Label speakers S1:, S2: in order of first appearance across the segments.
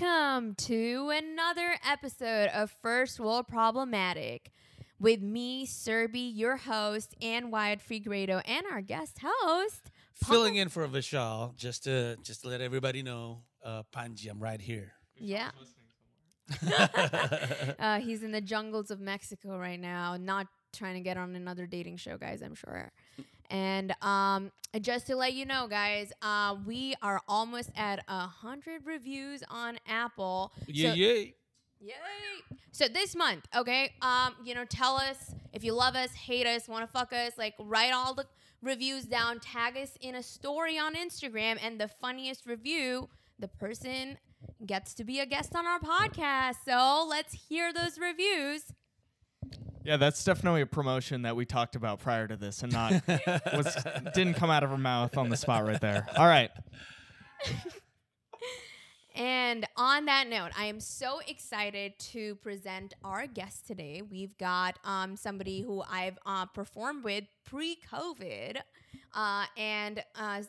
S1: welcome to another episode of First World Problematic with me, Serby, your host, and Wyatt Figueredo, and our guest host.
S2: filling in for Vishal, just to just to let everybody know, uh, Panji, I'm right here.
S1: Yeah. Uh, he's in the jungles of Mexico right now, not trying to get on another dating show, guys, I'm sure. And um, just to let you know, guys, uh, we are almost at a 100 reviews on Apple.
S2: yeah,
S1: So-
S2: yeah.
S1: Yay! So this month, okay, um, you know, tell us if you love us, hate us, want to fuck us, like write all the reviews down, tag us in a story on Instagram, and the funniest review, the person gets to be a guest on our podcast. So let's hear those reviews.
S3: Yeah, that's definitely a promotion that we talked about prior to this and not was didn't come out of her mouth on the spot right there. All right.
S1: And on that note, I am so excited to present our guest today. We've got um, somebody who I've uh, performed with pre COVID, uh, and uh,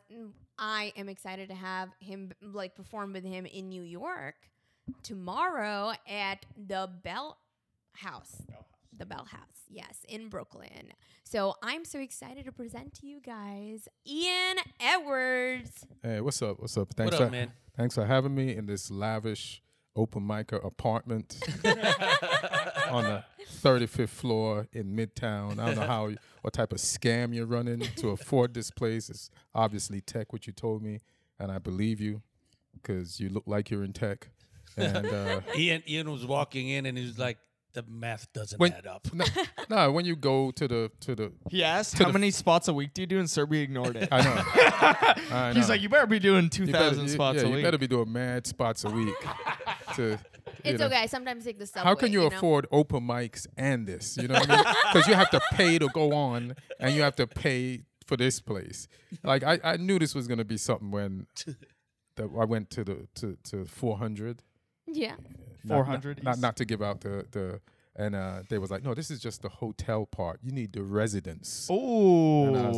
S1: I am excited to have him like perform with him in New York tomorrow at the Bell House. The Bell House, yes, in Brooklyn. So I'm so excited to present to you guys Ian Edwards.
S4: Hey, what's up? What's up? Thanks
S2: up,
S4: for,
S2: man?
S4: Thanks for having me in this lavish open micer apartment on the 35th floor in Midtown. I don't know how what type of scam you're running to afford this place. It's obviously tech, what you told me, and I believe you because you look like you're in tech. And uh,
S2: Ian Ian was walking in and he was like, the math doesn't
S4: When-
S2: add up.
S4: no, no, when you go to the to the,
S3: He asked how many spots a week do you do, and Serbia ignored it.
S4: I know, I
S3: He's
S4: know.
S3: like, you better be doing two
S4: You better-
S3: thousand
S4: you-
S3: spots
S4: yeah,
S3: a
S4: you
S3: week.
S4: better be doing mad spots a week. to, you
S1: It's
S4: know.
S1: okay. I sometimes take the subway.
S4: How can you,
S1: know?
S4: afford open mics and this? You know what I mean? Because you have to pay to go on, and you have to pay for this place. Like I, I knew this was gonna be something when that I went to the to to 400.
S1: Yeah.
S4: Not-
S3: 400
S4: Not, not
S3: East.
S4: not to give out the the and uh, they was like, no, this is just the hotel part. You need the residence. And I was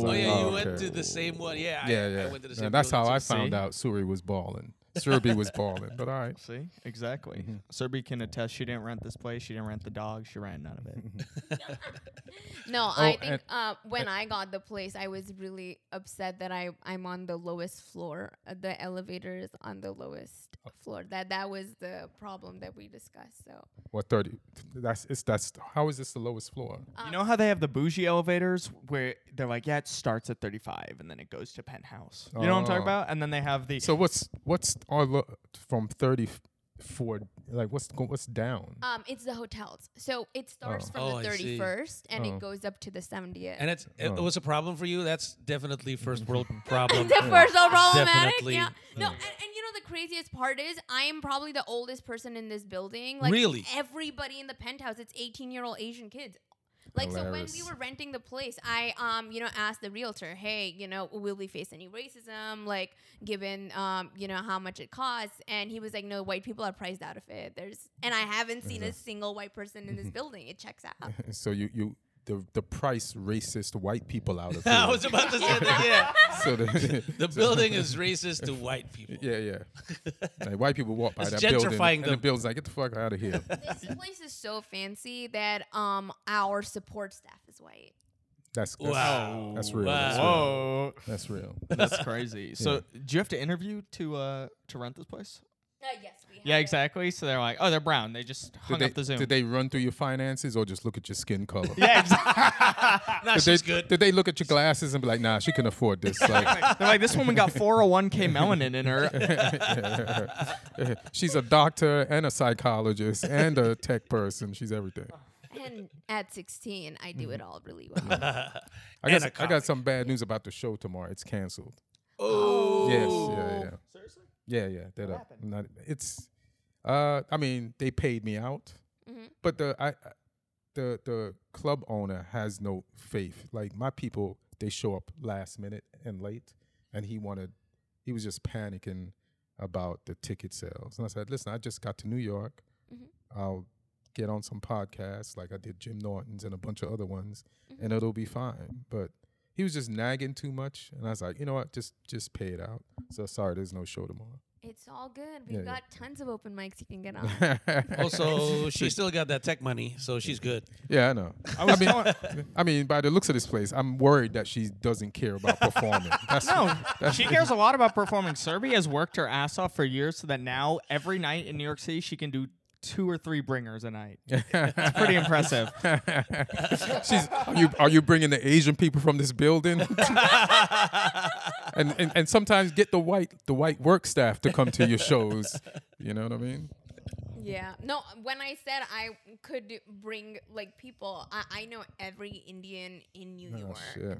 S3: oh,
S2: Oh
S4: like,
S2: yeah, you
S4: oh,
S2: went
S4: okay.
S2: to the same one. Yeah, Oh, I-
S4: yeah,
S2: I,
S4: yeah.
S2: went to the
S4: And
S2: same.
S4: that's how
S2: building
S4: I
S2: too.
S4: found
S3: See?
S4: out Suri was balling. Surby was balling. But all right.
S3: see, exactly.
S4: Mm-hmm.
S3: Serbia can attest she didn't rent this place. She didn't rent the dog. She ran none of it.
S4: Mm-hmm.
S1: No, I
S4: Oh,
S1: think
S4: and-
S1: uh, when I got the place, I was really upset that I I'm on the lowest floor. Uh, The elevator is on the lowest
S4: Oh.
S1: floor. That that was the problem that we discussed. So
S4: What 30? That's it's that's how is this the lowest floor?
S3: you know how they have the bougie elevators where they're like, yeah, it starts at thirty-five and then it goes to penthouse. You know what I'm talking
S4: Oh.
S3: about? And then they have the uh,
S4: So what's what's all the, from thirty four? Like what's go- what's down?
S2: Uh,
S1: um, it's the hotels. So it starts
S4: Oh.
S1: from
S2: Oh, I
S1: the
S2: see.
S1: 31st and
S4: Oh.
S1: it goes up to the 70th.
S2: And it's it,
S4: Oh.
S2: was a problem for you. That's definitely first world problem.
S1: the first world problematic.
S2: Definitely.
S1: Yeah. No,
S2: Yeah.
S1: and, and you know the craziest part is I am probably the oldest person in this building. Like
S2: Really?
S1: everybody in the penthouse, it's 18 year old Asian kids. Like so when
S4: Hilarious.
S1: we were renting the place, I um, you know, asked the realtor, Hey, you know, will we face any racism? Like given um, you know, how much it costs and he was like, No, white people are priced out of it. There's and I haven't seen a single white person in this building. It checks out.
S4: So you you the the price racist white people out of here.
S2: I was about to say that. Yeah,
S4: so the,
S2: the building is racist to white people.
S4: yeah yeah. Like white people walk by
S2: It's
S4: that building
S2: gentrifying
S4: and the
S2: them.
S4: building's like get the fuck out of here.
S1: this place is so fancy that um our support staff is white.
S4: That's that's,
S2: Wow.
S4: that's real. That's real.
S2: Wow.
S3: whoa.
S4: That's real.
S3: That's crazy. So, do you have to interview to uh to rent this place?
S1: Uh, yes, we
S3: Yeah,
S1: have it.
S3: exactly. So they're like, oh, they're brown. They just hung
S4: Did they,
S3: up the Zoom.
S4: did they run through your finances or just look at your skin color?
S3: yeah, exactly.
S2: Nah,
S4: Did
S2: she's
S4: they,
S2: good.
S4: did they look at your glasses and be like, nah, she can afford this? Like,
S3: they're like, this woman got 401k melanin in her.
S4: she's a doctor and a psychologist and a tech person. She's everything.
S1: And at 16, I do it all really well.
S4: I
S2: And
S4: got,
S2: a
S4: s- I
S2: comic.
S4: got some bad news about the show tomorrow. It's canceled.
S2: Oh,
S4: Yes. Yeah. Yeah. Seriously? Yeah. Yeah. That, uh, not, it's. Uh, I mean, they paid me out, but the I, I- the the club owner has no faith. Like my people, they show up last minute and late, and he wanted. He was just panicking about the ticket sales, and I said, "Listen, I just got to New York. I'll get on some podcasts like I did Jim Norton's and a bunch of other ones, and it'll be fine. But he was just nagging too much, and I was like, you know what, just just pay it out. So sorry, there's no show tomorrow.
S1: It It's all good. We've
S4: Yeah, yeah.
S1: got tons of open mics you can get on.
S2: Also, she still got that tech money, so she's good.
S4: yeah, I know.
S3: I was
S4: mean-
S3: telling-
S4: I mean, by the looks of this place, I'm worried that she doesn't care about performing. That's
S3: no, she cares a lot about performing. Serby has worked her ass off for years so that now every night in New York City she can do two or three bringers a night. It's pretty impressive.
S4: She's, are you are you bringing the Asian people from this building? and, and and sometimes get the white the white work staff to come to your shows. You know what I mean?
S1: Yeah. No, when I said I could bring like people, I, I know every Indian in New York.
S4: Oh, shit.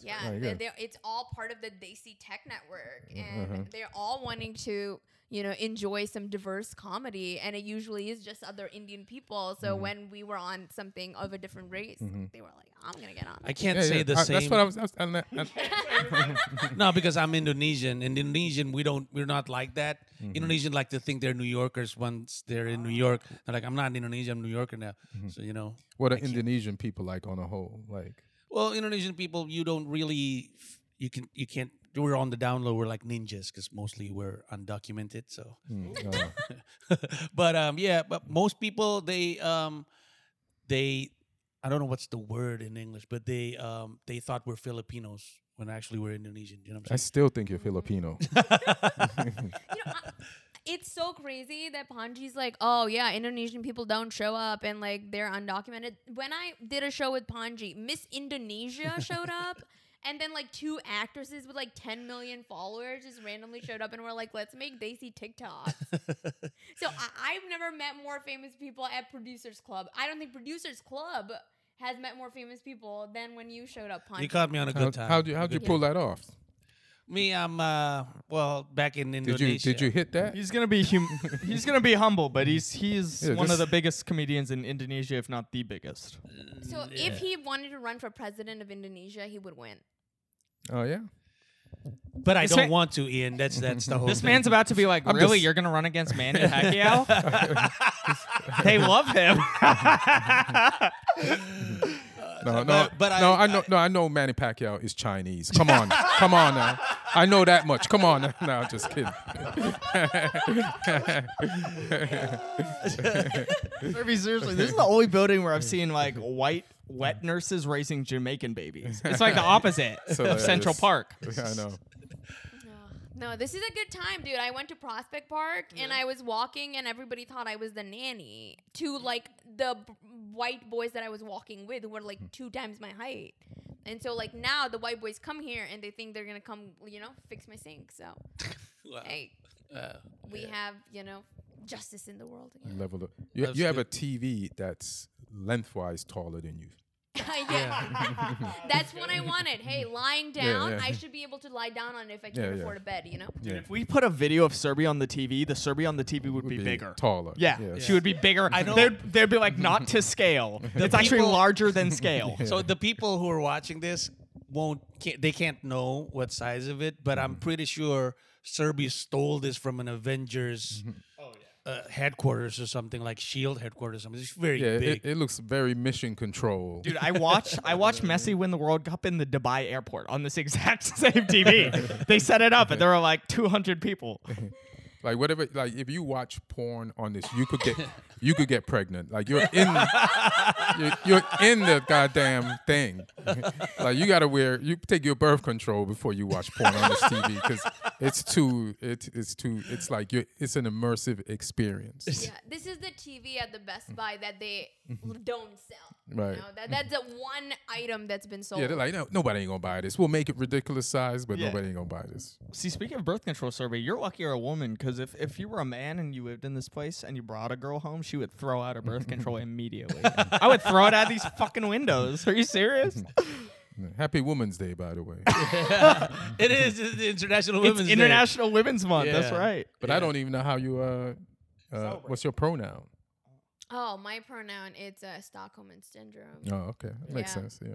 S1: Yeah,
S4: great. Oh,
S1: they're,
S4: yeah.
S1: they're- it's all part of the Desi Tech Network, and
S4: Mm-hmm.
S1: they're all wanting to, you know, enjoy some diverse comedy. And it usually is just other Indian people.
S4: Mm-hmm.
S1: So when we were on something of a different race, they were like, "I'm gonna get on."
S2: I can't
S4: Yeah,
S2: say
S4: yeah.
S2: the
S4: I-
S2: same.
S4: That's what I was. I was- and that- and-
S2: No, because I'm Indonesian. and Indonesian, we don't, we're not like that.
S4: Mm-hmm.
S2: Indonesian like to think they're New Yorkers once they're in New York. They're like, I'm not Indonesian, I'm New Yorker now.
S4: Mm-hmm.
S2: So you know,
S4: what are Indonesian people like on a whole? Like
S2: well, Indonesian people, you don't really, you can, you can't. We're on the down low. We're like ninjas because mostly we're undocumented. So,
S4: mm, uh,
S2: but um, yeah, but most people they um, they, I don't know what's the word in English, but they um, they thought we're Filipinos when actually we're Indonesian. You know what
S4: I
S2: I'm
S4: still think you're Filipino.
S1: you know, I- it's so crazy that Panji's like, oh yeah, Indonesian people don't show up and like they're undocumented. When I did a show with Panji, Miss Indonesia showed up. And then like two actresses with like 10 million followers just randomly showed up and were like, let's make Daisy TikTok.
S2: saying?
S1: so I- I've never met more famous people at Producers Club. I don't think Producers Club has met more famous people than when you showed up, Panji.
S2: you caught me on a
S4: How,
S2: good time.
S4: how'd you
S2: a
S4: how'd
S2: good
S4: you pull that off?
S2: Me, I'm uh well back in
S4: Did
S2: Indonesia.
S4: you did you hit that?
S3: He's gonna be hum- he's gonna be humble, but he's he's
S4: Yeah,
S3: one of
S4: just-
S3: the biggest comedians in Indonesia, if not the biggest.
S1: so if he wanted to run for president of Indonesia, he would win.
S4: Oh yeah.
S2: But I
S3: This
S2: don't
S3: man-
S2: want to, Ian. That's that's the whole.
S3: This
S2: thing.
S3: man's about to be like,
S4: I'm
S3: really?
S4: just-
S3: You're gonna run against Manny Pacquiao? they love him.
S4: No, no,
S2: Uh, But- but
S4: no.
S2: I-
S4: I, know, no, I know Manny Pacquiao is Chinese. Come on, come on now. I know that much. Come on now. No, just kidding.
S3: Serby, seriously, this is the only building where I've seen like white wet nurses raising Jamaican babies. It's like the opposite of
S4: hilarious.
S3: Central Park.
S4: I know.
S1: No, this is a good time, dude. I went to Prospect Park and I was walking, and everybody thought I was the nanny to like the b- white boys that I was walking with who were like two times my height. And so, like, now the white boys come here and they think they're gonna come, you know, fix my sink. So,
S2: Wow.
S1: hey,
S2: Uh,
S1: we have, you know, justice in the world again.
S4: Level of, you,
S2: That's
S4: you have a
S2: good.
S4: TV that's lengthwise taller than you.
S1: yeah. That's what I wanted. Hey, lying
S4: Yeah,
S1: down,
S4: yeah.
S1: I should be able to lie down on it if I
S4: Yeah,
S1: can't
S4: yeah.
S1: afford a bed, you know?
S4: Yeah.
S3: If we put a video of Serby on the TV, the Serby on the TV would, be, bigger.
S4: taller.
S3: Yeah,
S4: Yes.
S3: she would be bigger. I
S2: know-
S3: They'd, they'd be like not to scale. it's actually
S2: people-
S3: larger than scale.
S2: So the people who are watching this won't can't, they can't know what size of it, but
S4: Mm-hmm.
S2: I'm pretty sure Serbia stole this from an Avengers
S4: Mm-hmm.
S2: uh, headquarters or something like Shield E headquarters. Or something. It's very
S4: Yeah,
S2: big.
S4: it, it looks very mission control.
S3: Dude, I watched I watched Messi win the World Cup in the Dubai airport on this exact same TV. they set it up and there were like 200 people.
S4: Like whatever, like if you watch porn on this, you could get you could get pregnant. Like you're in you're, you're in the goddamn thing. like you gotta wear you take your birth control before you watch porn on this TV because it's too it, it's too it's like you it's an immersive experience.
S1: Yeah, this is the TV at the Best Buy that they l- don't sell.
S4: Right.
S1: You know, that, that's the one item that's been sold.
S4: Yeah, they're like no, nobody ain't gonna buy this. We'll make it ridiculous size, but
S3: Yeah.
S4: nobody ain't gonna buy this.
S3: See, speaking of birth control survey, you're lucky you're a woman because if, if you were a man and you lived in this place and you brought a girl home, she would throw out her birth control immediately. I would throw it out these fucking windows. Are you serious?
S4: Happy Women's Day, by the way.
S2: it is it's the International
S3: it's
S2: Women's Day.
S3: International Women's Month. That's
S2: Yeah.
S3: right.
S4: But I don't even know how you uh, uh what's your pronoun?
S1: oh, my pronoun, it's uh, Stockholm and syndrome.
S4: Oh, okay, that makes
S1: Yeah.
S4: sense. Yeah.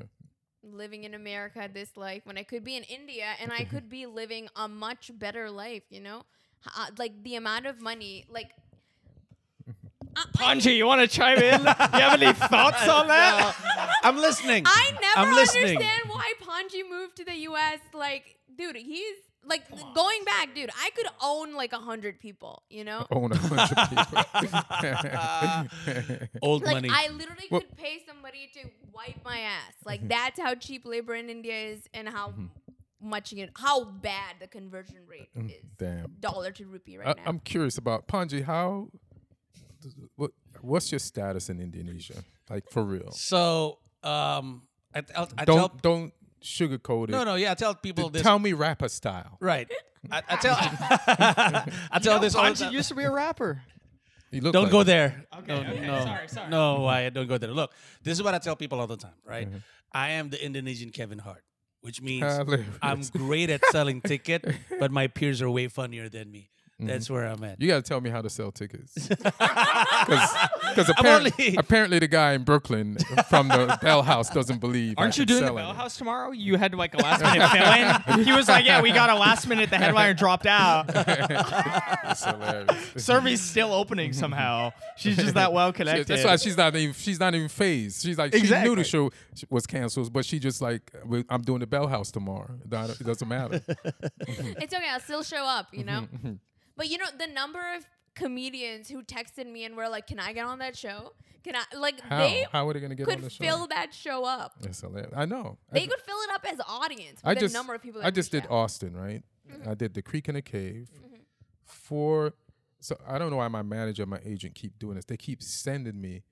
S1: Living in America this life when I could be in India and
S4: Mm-hmm.
S1: I could be living a much better life, you know? H- Uh, like the amount of money, like. I- I-
S3: Angie, you want to chime in? you have any thoughts on that?
S2: I'm
S4: Mm-hmm.
S2: listening.
S1: I never
S2: I'm listening.
S1: understand why Panji moved to the U.S. Like, dude, he's like going back, dude, I could own like a hundred people, you know?
S4: own a bunch of people.
S2: Old
S1: Like
S2: money.
S1: I literally
S4: Well- Mm-hmm.
S1: could pay somebody to wipe my ass. Like that's how cheap labor in India is, and how much you how bad the conversion rate is.
S4: Damn.
S1: Dollar to rupee right
S4: I,
S1: now.
S4: Mm-hmm. Uh, I'm curious about Panji. How? What, what's your status in Indonesia? Like for real?
S2: so um, I, I, I tell
S4: Don't don't sugarcoat it.
S2: no no yeah I tell people this
S4: Tell me rapper style.
S2: right. I, I tell I tell this all the
S3: Anji
S2: time.
S3: used to be a rapper.
S4: You look
S2: Don't
S4: like
S2: go
S4: it.
S2: there.
S3: Okay,
S2: no,
S3: okay,
S2: No,
S3: sorry, sorry.
S2: No, I don't go there. Look, this is what I tell people all the time, right? I am the Indonesian Kevin Hart, which means
S4: Hilarious.
S2: I'm great at selling ticket, but my peers are way funnier than me. That's where I'm at.
S4: You gotta tell me how to sell tickets. Because
S2: I'm
S4: apparently,
S2: only-
S4: apparently the guy in Brooklyn from the Bell House doesn't believe. I
S3: Aren't you
S4: can
S3: doing the
S4: sell
S3: Bell
S4: it.
S3: House tomorrow? You had like a last minute fill in. He was like, "Yeah, we got a last minute. The headliner dropped out.
S4: It's hilarious.
S3: Survey's still opening somehow. She's just that well
S4: She-
S3: connected."
S4: that's why she's not even she's not even phased. She's like she knew
S3: Exactly.
S4: the show was canceled, but she just like "Well, I'm doing the Bell House tomorrow. It don't- it doesn't matter.
S1: it's okay. I'll still show up, you
S4: Mm-hmm,
S1: know? but you know, the number of comedians who texted me and were like, can I get on that show? Can I? Like,
S4: How
S1: they
S4: how are they gonna get on the
S1: could
S4: show?
S1: fill that show up.
S4: It's hilarious. I know.
S1: They
S4: I,
S1: could fill it up as audience.
S4: I
S1: With the
S4: just
S1: number of people.
S4: I
S1: that Mm-hmm.
S4: just
S1: reached
S4: did
S1: out.
S4: Austin right. I did the Creek in a Cave for. So I don't know why my manager, and my agent keep doing this. They keep sending me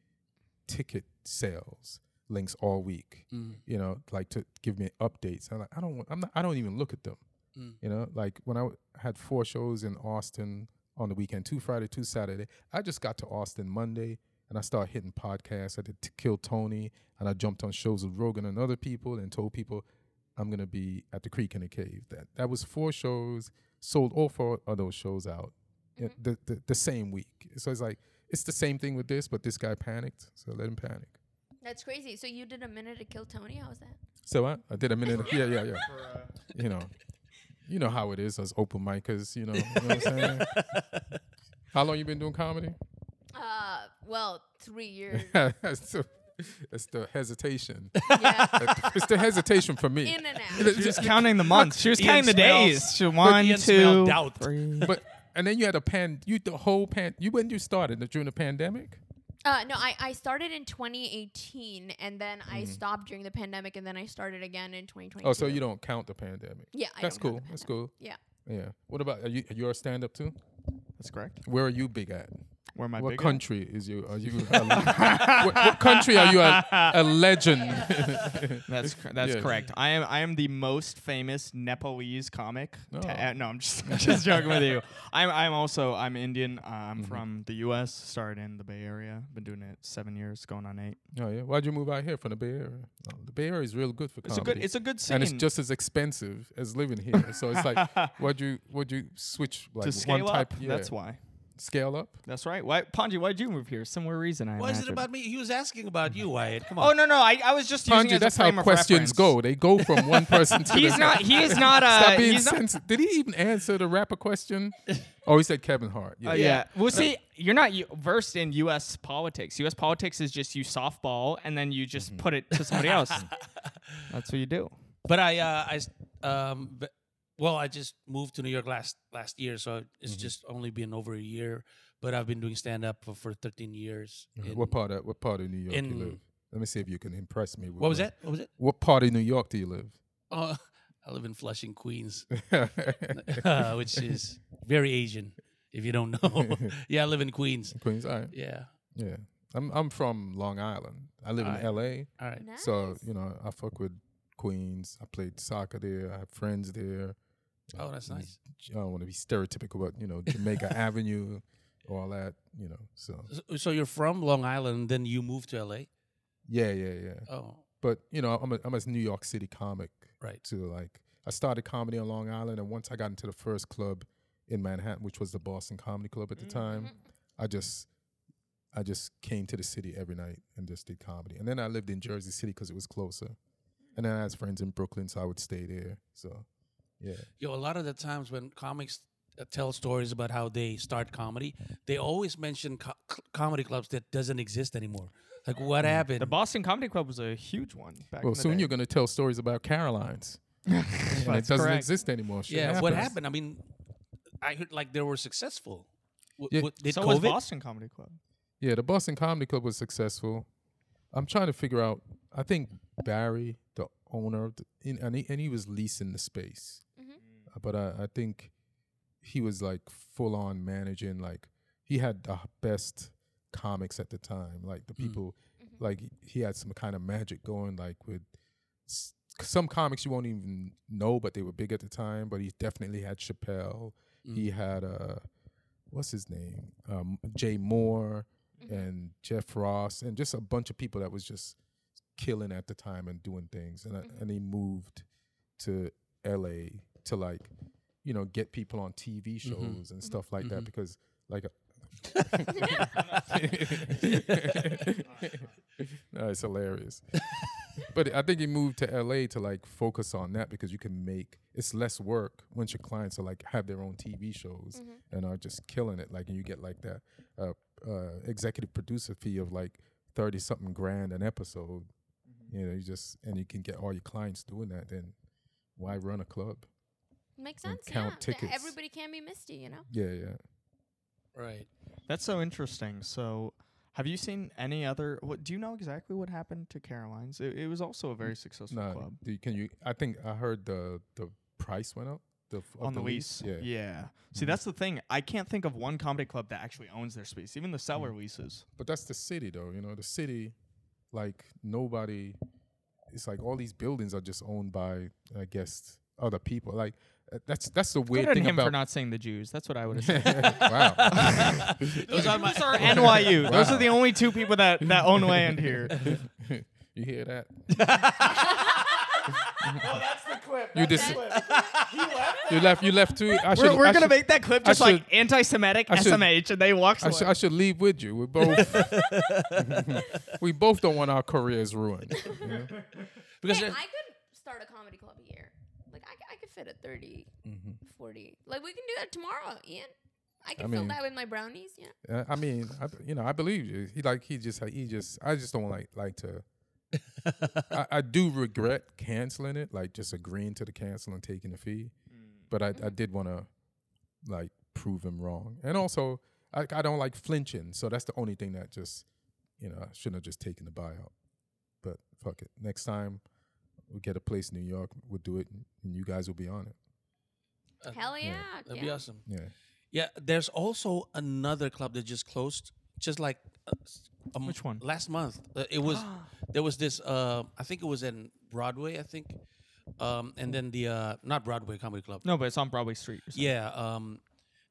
S4: ticket sales links all week.
S1: Mm.
S4: You know, like to give me updates. I'm like, I don't want. I'm not. I don't even look at them. You know, like when I w- had four shows in Austin on the weekend, two Friday, two Saturday. I just got to Austin Monday, and I started hitting podcasts. I did T- Kill Tony, and I jumped on shows with Rogan and other people, and told people I'm gonna be at the Creek in the Cave. That that was four shows. Sold all four of those shows out you know, the, the the same week. So it's like it's the same thing with this, but this guy panicked, so let him panic.
S1: That's crazy. So you did a minute to kill Tony? How was that?
S4: So I, I did a minute. yeah, yeah, yeah. You know, you know how it is as open micers. You know, you know what I'm saying. How long you been doing comedy?
S1: Uh, well, three years.
S4: that's, the, that's the hesitation.
S1: yeah.
S4: it's the hesitation for me.
S1: In and out.
S4: It's
S3: She was
S4: just-
S3: counting the months. She was
S2: Ian
S3: counting the
S2: smells-
S3: days. She one,
S2: Ian
S3: two,
S2: smelled doubt.
S3: three.
S4: but and then you had a pan. You the whole pan. You when you started during the pandemic.
S1: Uh, no, I, I started in 2018 and then I stopped during the pandemic and then I started again in 2020.
S4: Mm-hmm. Oh, so you don't count the pandemic.
S1: Yeah, I
S4: that's
S1: don't count
S4: cool.
S1: the
S4: That's
S1: pandemic.
S4: cool.
S1: Yeah.
S4: Yeah. What about are you? You're a stand up too.
S3: That's correct.
S4: Where are you big at?
S3: Where am I?
S4: what
S3: big at?
S4: country is you? Are you? A, what, what country are you a, a legend?
S3: That's cor- that's
S4: Yeah.
S3: correct. I am I am the most famous Nepalese comic. to-
S4: Oh.
S3: uh, no, I'm just just joking with you. I'm I'm also I'm Indian. Uh, I'm from the U.S. Started in the Bay Area. Been doing it seven years, going on eight.
S4: oh yeah. Why'd you move out here from the Bay Area? Oh, the Bay Area is real good for
S3: It's
S4: comedy.
S3: a good it's a good scene.
S4: and it's just as expensive as living here. So it's like, why'd you why'd you switch like
S3: to scale
S4: one type?
S3: up. That's why.
S4: Scale up.
S3: That's right. Why Panji? Why did you move here? Similar reason. I
S2: Why is it
S3: imagine.
S2: about me? He was asking about you, Wyatt. Come on.
S3: Oh no no! I, I was just using it
S4: Panji,
S3: as
S4: that's
S3: a
S4: how
S3: frame of
S4: questions
S3: reference.
S4: go. They go from one person to
S3: He's
S4: the
S3: not. He is not. Uh,
S4: Stop being
S3: he's not,
S4: sensitive. Did he even answer the rapper question? Oh, he said Kevin Hart.
S3: Uh, yeah. Well, see, you're not u- versed in U.S. politics. U.S. politics is just you softball and then you just
S4: Mm-hmm.
S3: put it to somebody else. That's what you do.
S2: But I, uh, I, s- um, b- well, I just moved to New York last last year, so it's just only been over a year. But I've been doing stand up for, for 13 years. in-
S4: What part of what part of New York do
S2: in-
S4: you live? Let me see if you can impress me. With
S2: What was that? What was it?
S4: What part of New York do you live?
S2: Oh, I live in Flushing, Queens, uh, which is very Asian. If you don't know, yeah, I live in Queens.
S4: Queens. All right.
S2: Yeah,
S4: Yeah. I'm I'm from Long Island. I live in LA.
S2: all right.
S1: Nice.
S4: So, you know, I fuck with Queens. I played soccer there. I have friends there.
S2: Oh, that's nice.
S4: I don't want to be stereotypical about, you know, Jamaica Avenue, all that, you know. So
S2: So, so you're from Long Island, then you moved to LA.
S4: yeah, yeah, yeah.
S2: Oh,
S4: But, you know, I'm a I'm a New York City comic
S2: right.
S4: to like I started comedy on Long Island and once I got into the first club in Manhattan, which was the Boston Comedy Club at the time, I just I just came to the city every night and just did comedy. And then I lived in Jersey City because it was closer. And then I had friends in Brooklyn, so I would stay there. So yeah.
S2: Yo, a lot of the times when comics uh, tell stories about how they start comedy, they always mention co- c- comedy clubs that doesn't exist anymore. Like what happened?
S3: The Boston Comedy Club was a huge one back
S4: Well,
S3: in the
S4: soon
S3: day.
S4: you're gonna tell stories about Carolines. and it doesn't
S3: correct.
S4: exist anymore. Shit
S2: yeah, what
S4: happens.
S2: happened? I mean, I heard like they were successful. W-
S4: Yeah.
S2: w- did
S3: so was
S2: COVID?
S3: Boston Comedy Club.
S4: Yeah, the Boston Comedy Club was successful. I'm trying to figure out. I think Barry, the owner, of the, in, and he and he was leasing the space, Uh, but I, I think he was like full on managing. Like he had the h- best comics at the time. Like the people, like he had some kind of magic going. Like with s- some comics you won't even know, but they were big at the time. But he definitely had Chappelle. He had uh, what's his name, um, Jay Moore and Jeff Ross, and just a bunch of people that was just killing at the time and doing things. And I and he moved to L.A. to like, you know, get people on TV shows and stuff like that because like. no, Uh, it's hilarious. but I think he moved to LA to like focus on that because you can make it's less work once your clients are like have their own TV
S1: Mm.
S4: shows
S1: Mm-hmm.
S4: and are just killing it. Like, and you get like that uh, uh, executive producer fee of like thirty something grand an episode. You know, you just and you can get all your clients doing that. Then why run a club?
S1: Makes
S4: And
S1: sense.
S4: count
S1: yeah.
S4: tickets.
S1: Everybody can be Misty, you know?
S4: Yeah, yeah.
S2: Right.
S3: That's so interesting. So, have you seen any other? What do you know exactly what happened to Caroline's? It, it was also a very successful
S4: No,
S3: club
S4: do you- can you? I think I heard the the price went up. The f- of
S3: on the lease.
S4: Yeah.
S3: See,
S2: Mm-hmm.
S3: that's the thing. I can't think of one comedy club that actually owns their space, even the seller
S2: Mm.
S3: leases.
S4: But that's the city, though. You know, the city, like nobody. It's like all these buildings are just owned by, I guess, other people. Like uh, that's that's the weird
S3: Good on
S4: thing
S3: him
S4: about.
S3: for not saying the Jews. That's what I would have said.
S4: wow.
S2: Those are my-
S3: Those are NYU. Those
S4: Wow.
S3: are the only two people that, that own land here.
S4: you hear that?
S3: Oh, that's the clip.
S4: You dis- you left. You left too. I should,
S3: We're,
S4: I
S3: we're gonna
S4: should-
S3: make that clip just like
S4: should-
S3: anti-Semitic
S4: should-
S3: SMH, and they walk
S4: I
S3: away.
S4: should, I should leave with you. We both. we both don't want our careers ruined. you know?
S2: Because
S1: Hey, I
S2: there's-
S1: could start a comedy club here. Like, I, c- I could fit a 30,
S4: Mm-hmm.
S1: 40. Like, we can do that tomorrow, Ian. I can fill
S4: mean-
S1: that with my brownies, you know?
S4: Uh, I mean, I, you know, I believe you. He like he just he just I just don't like like to. I, I do regret canceling it, like just agreeing to the cancel and taking the fee, but I, I did want to like prove him wrong, and also I, I don't like flinching, so that's the only thing that just you know I shouldn't have just taken the buyout, but fuck it. Next time we get a place in New York, we'll do it, and you guys will be on it.
S1: Hell yeah.
S2: Uh, that'd
S1: yeah.
S2: be awesome.
S4: Yeah,
S2: Yeah, there's also another club that just closed, just like uh, s- a m-
S3: Which one?
S2: Last month, uh, it was there was this. Uh, I think it was in Broadway. I think, um, and then the uh, not Broadway Comedy Club.
S3: no, but it's on Broadway Street. or something.
S2: Yeah, um,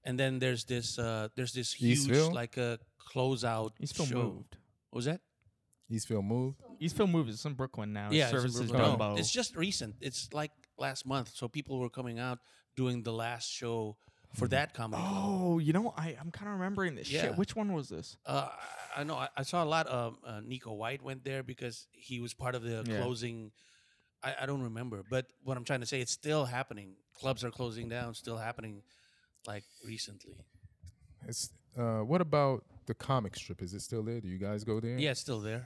S2: and then there's this uh, there's this huge
S4: Eastville?
S2: like a closeout
S3: He's still
S2: show.
S3: moved.
S2: What was that?
S4: Eastfield moved.
S3: He's still moved. It's in Brooklyn now.
S2: Yeah, it's in
S3: services
S2: Brooklyn.
S3: Dumbo.
S2: No, it's just recent. It's like last month, so people were coming out doing the last show
S3: Mm-hmm.
S2: for that comedy. club.
S3: oh, you know, I I'm kind of remembering this
S2: Yeah.
S3: shit. Which one was this?
S2: Uh, I I know. I, I saw a lot. Um, uh, Nico White went there because he was part of the
S3: Yeah.
S2: closing. I, I don't remember, but what I'm trying to say, it's still happening. Clubs are closing down. Still happening, like recently.
S4: It's uh, what about the comic strip? Is it still there? Do you guys go there?
S2: Yeah, it's still there.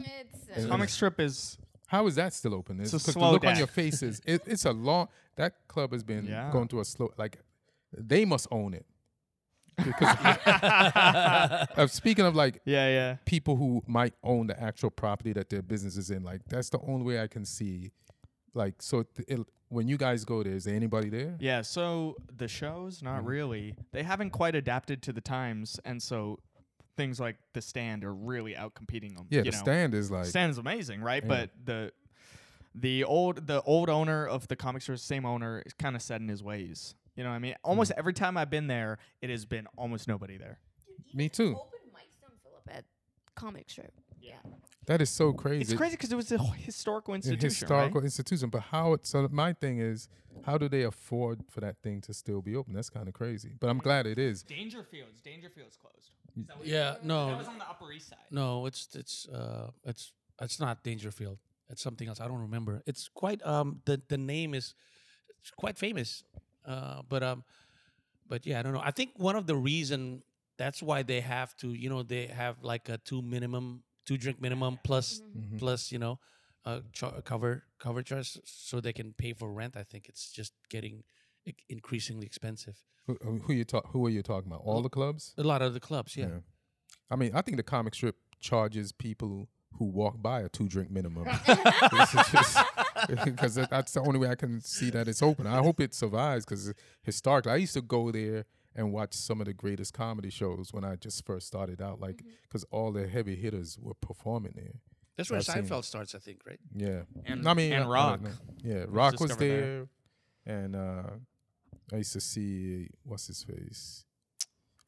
S1: It's, uh,
S3: Comic strip is
S4: How is that still open?
S3: It's
S4: It's
S3: a
S4: because the
S3: slow
S4: look on
S3: day.
S4: your faces. It, it's a long. That club has been
S3: Yeah.
S4: going through a slow. Like they must own it. Because uh, speaking of like
S3: yeah yeah.
S4: people who might own the actual property that their business is in, like that's the only way I can see. Like so, it, it, when you guys go there, is there anybody there?
S3: Yeah, so the shows,
S4: Mm-hmm.
S3: not really. They haven't quite adapted to the times, and so things like The Stand are really outcompeting them.
S4: Yeah,
S3: you
S4: the
S3: know?
S4: stand is like
S3: Stand's amazing, right? But the the old the old owner of the comic store, same owner, is kind of set in his ways. You know what I mean?
S4: Mm.
S3: Almost every time I've been there, it has been almost nobody there.
S4: me too.
S1: Open mics don't fill up at comic strip. Yeah.
S4: That is so crazy.
S3: It's crazy because it was a h- historical
S4: a
S3: institution.
S4: historical
S3: right?
S4: institution. But how it so my thing is, how do they afford for that thing to still be open? That's kind of crazy. But I'm glad it is.
S3: Dangerfields. Dangerfields closed.
S2: Yeah,
S4: oh.
S2: no,
S3: on the Upper East Side.
S2: no, it's it's uh, it's it's not Dangerfield. It's something else. I don't remember. It's quite um the the name is it's quite famous, uh, but um, but yeah, I don't know. I think one of the reason that's why they Mm-hmm.
S4: Mm-hmm.
S2: have to, you know, they have like a two minimum, two drink minimum plus- plus, you know, uh, char- cover cover charge so they can pay for rent. I think it's just getting i- increasingly expensive.
S4: Who, who who you talk? Who are you talking about? All the clubs?
S2: A lot of the clubs, yeah.
S4: I mean, I think the comic strip charges people who walk by a two drink minimum. Because that's the only way I can see that it's open. I hope it survives because historically, I used to go there and watch some of the greatest comedy shows when I just first started out. Like, because all the heavy hitters were performing there.
S2: That's where
S4: I've seen
S2: Seinfeld starts, I think, right?
S4: Yeah,
S3: And-
S4: I mean,
S3: and
S4: I- I don't
S3: Rock
S4: know. Yeah, Rock was
S3: discovered
S4: there,
S3: there.
S4: and uh, I used to see what's his face,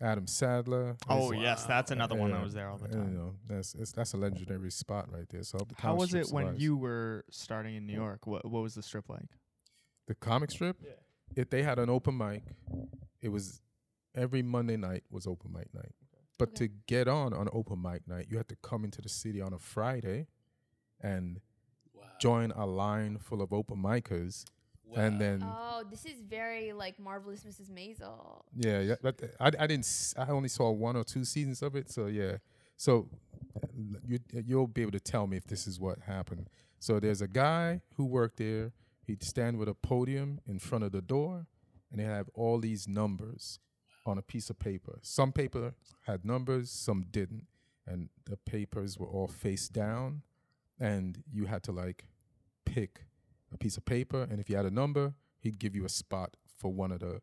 S4: Adam Sadler. I used
S3: Oh
S4: to-
S3: yes, that's another one
S4: Yeah,
S3: that was there all the
S4: you
S3: time.
S4: know, that's it's, that's a legendary spot right there. So I hope the
S3: How
S4: comic
S3: was
S4: strip
S3: it when
S4: survives.
S3: you were starting in New York? What what was the strip like?
S4: the comic strip? If they had an open mic, it was every Monday night was open mic night. But
S1: Okay.
S4: to get on on open mic night, you had to come into the city on a Friday, and join a line full of open micers, and then.
S1: Oh, this is very like marvelous, Mrs. Maisel.
S4: Yeah, yeah. But th- I, I didn't. s- I only saw one or two seasons of it. So yeah. So uh, l- you you'll be able to tell me if this is what happened. So there's a guy who worked there. He'd stand with a podium in front of the door, and they have all these numbers on a piece of paper. Some paper had numbers, some didn't, and the papers were all face down, and you had to like pick a piece of paper, and if you had a number, he'd give you a spot for one of the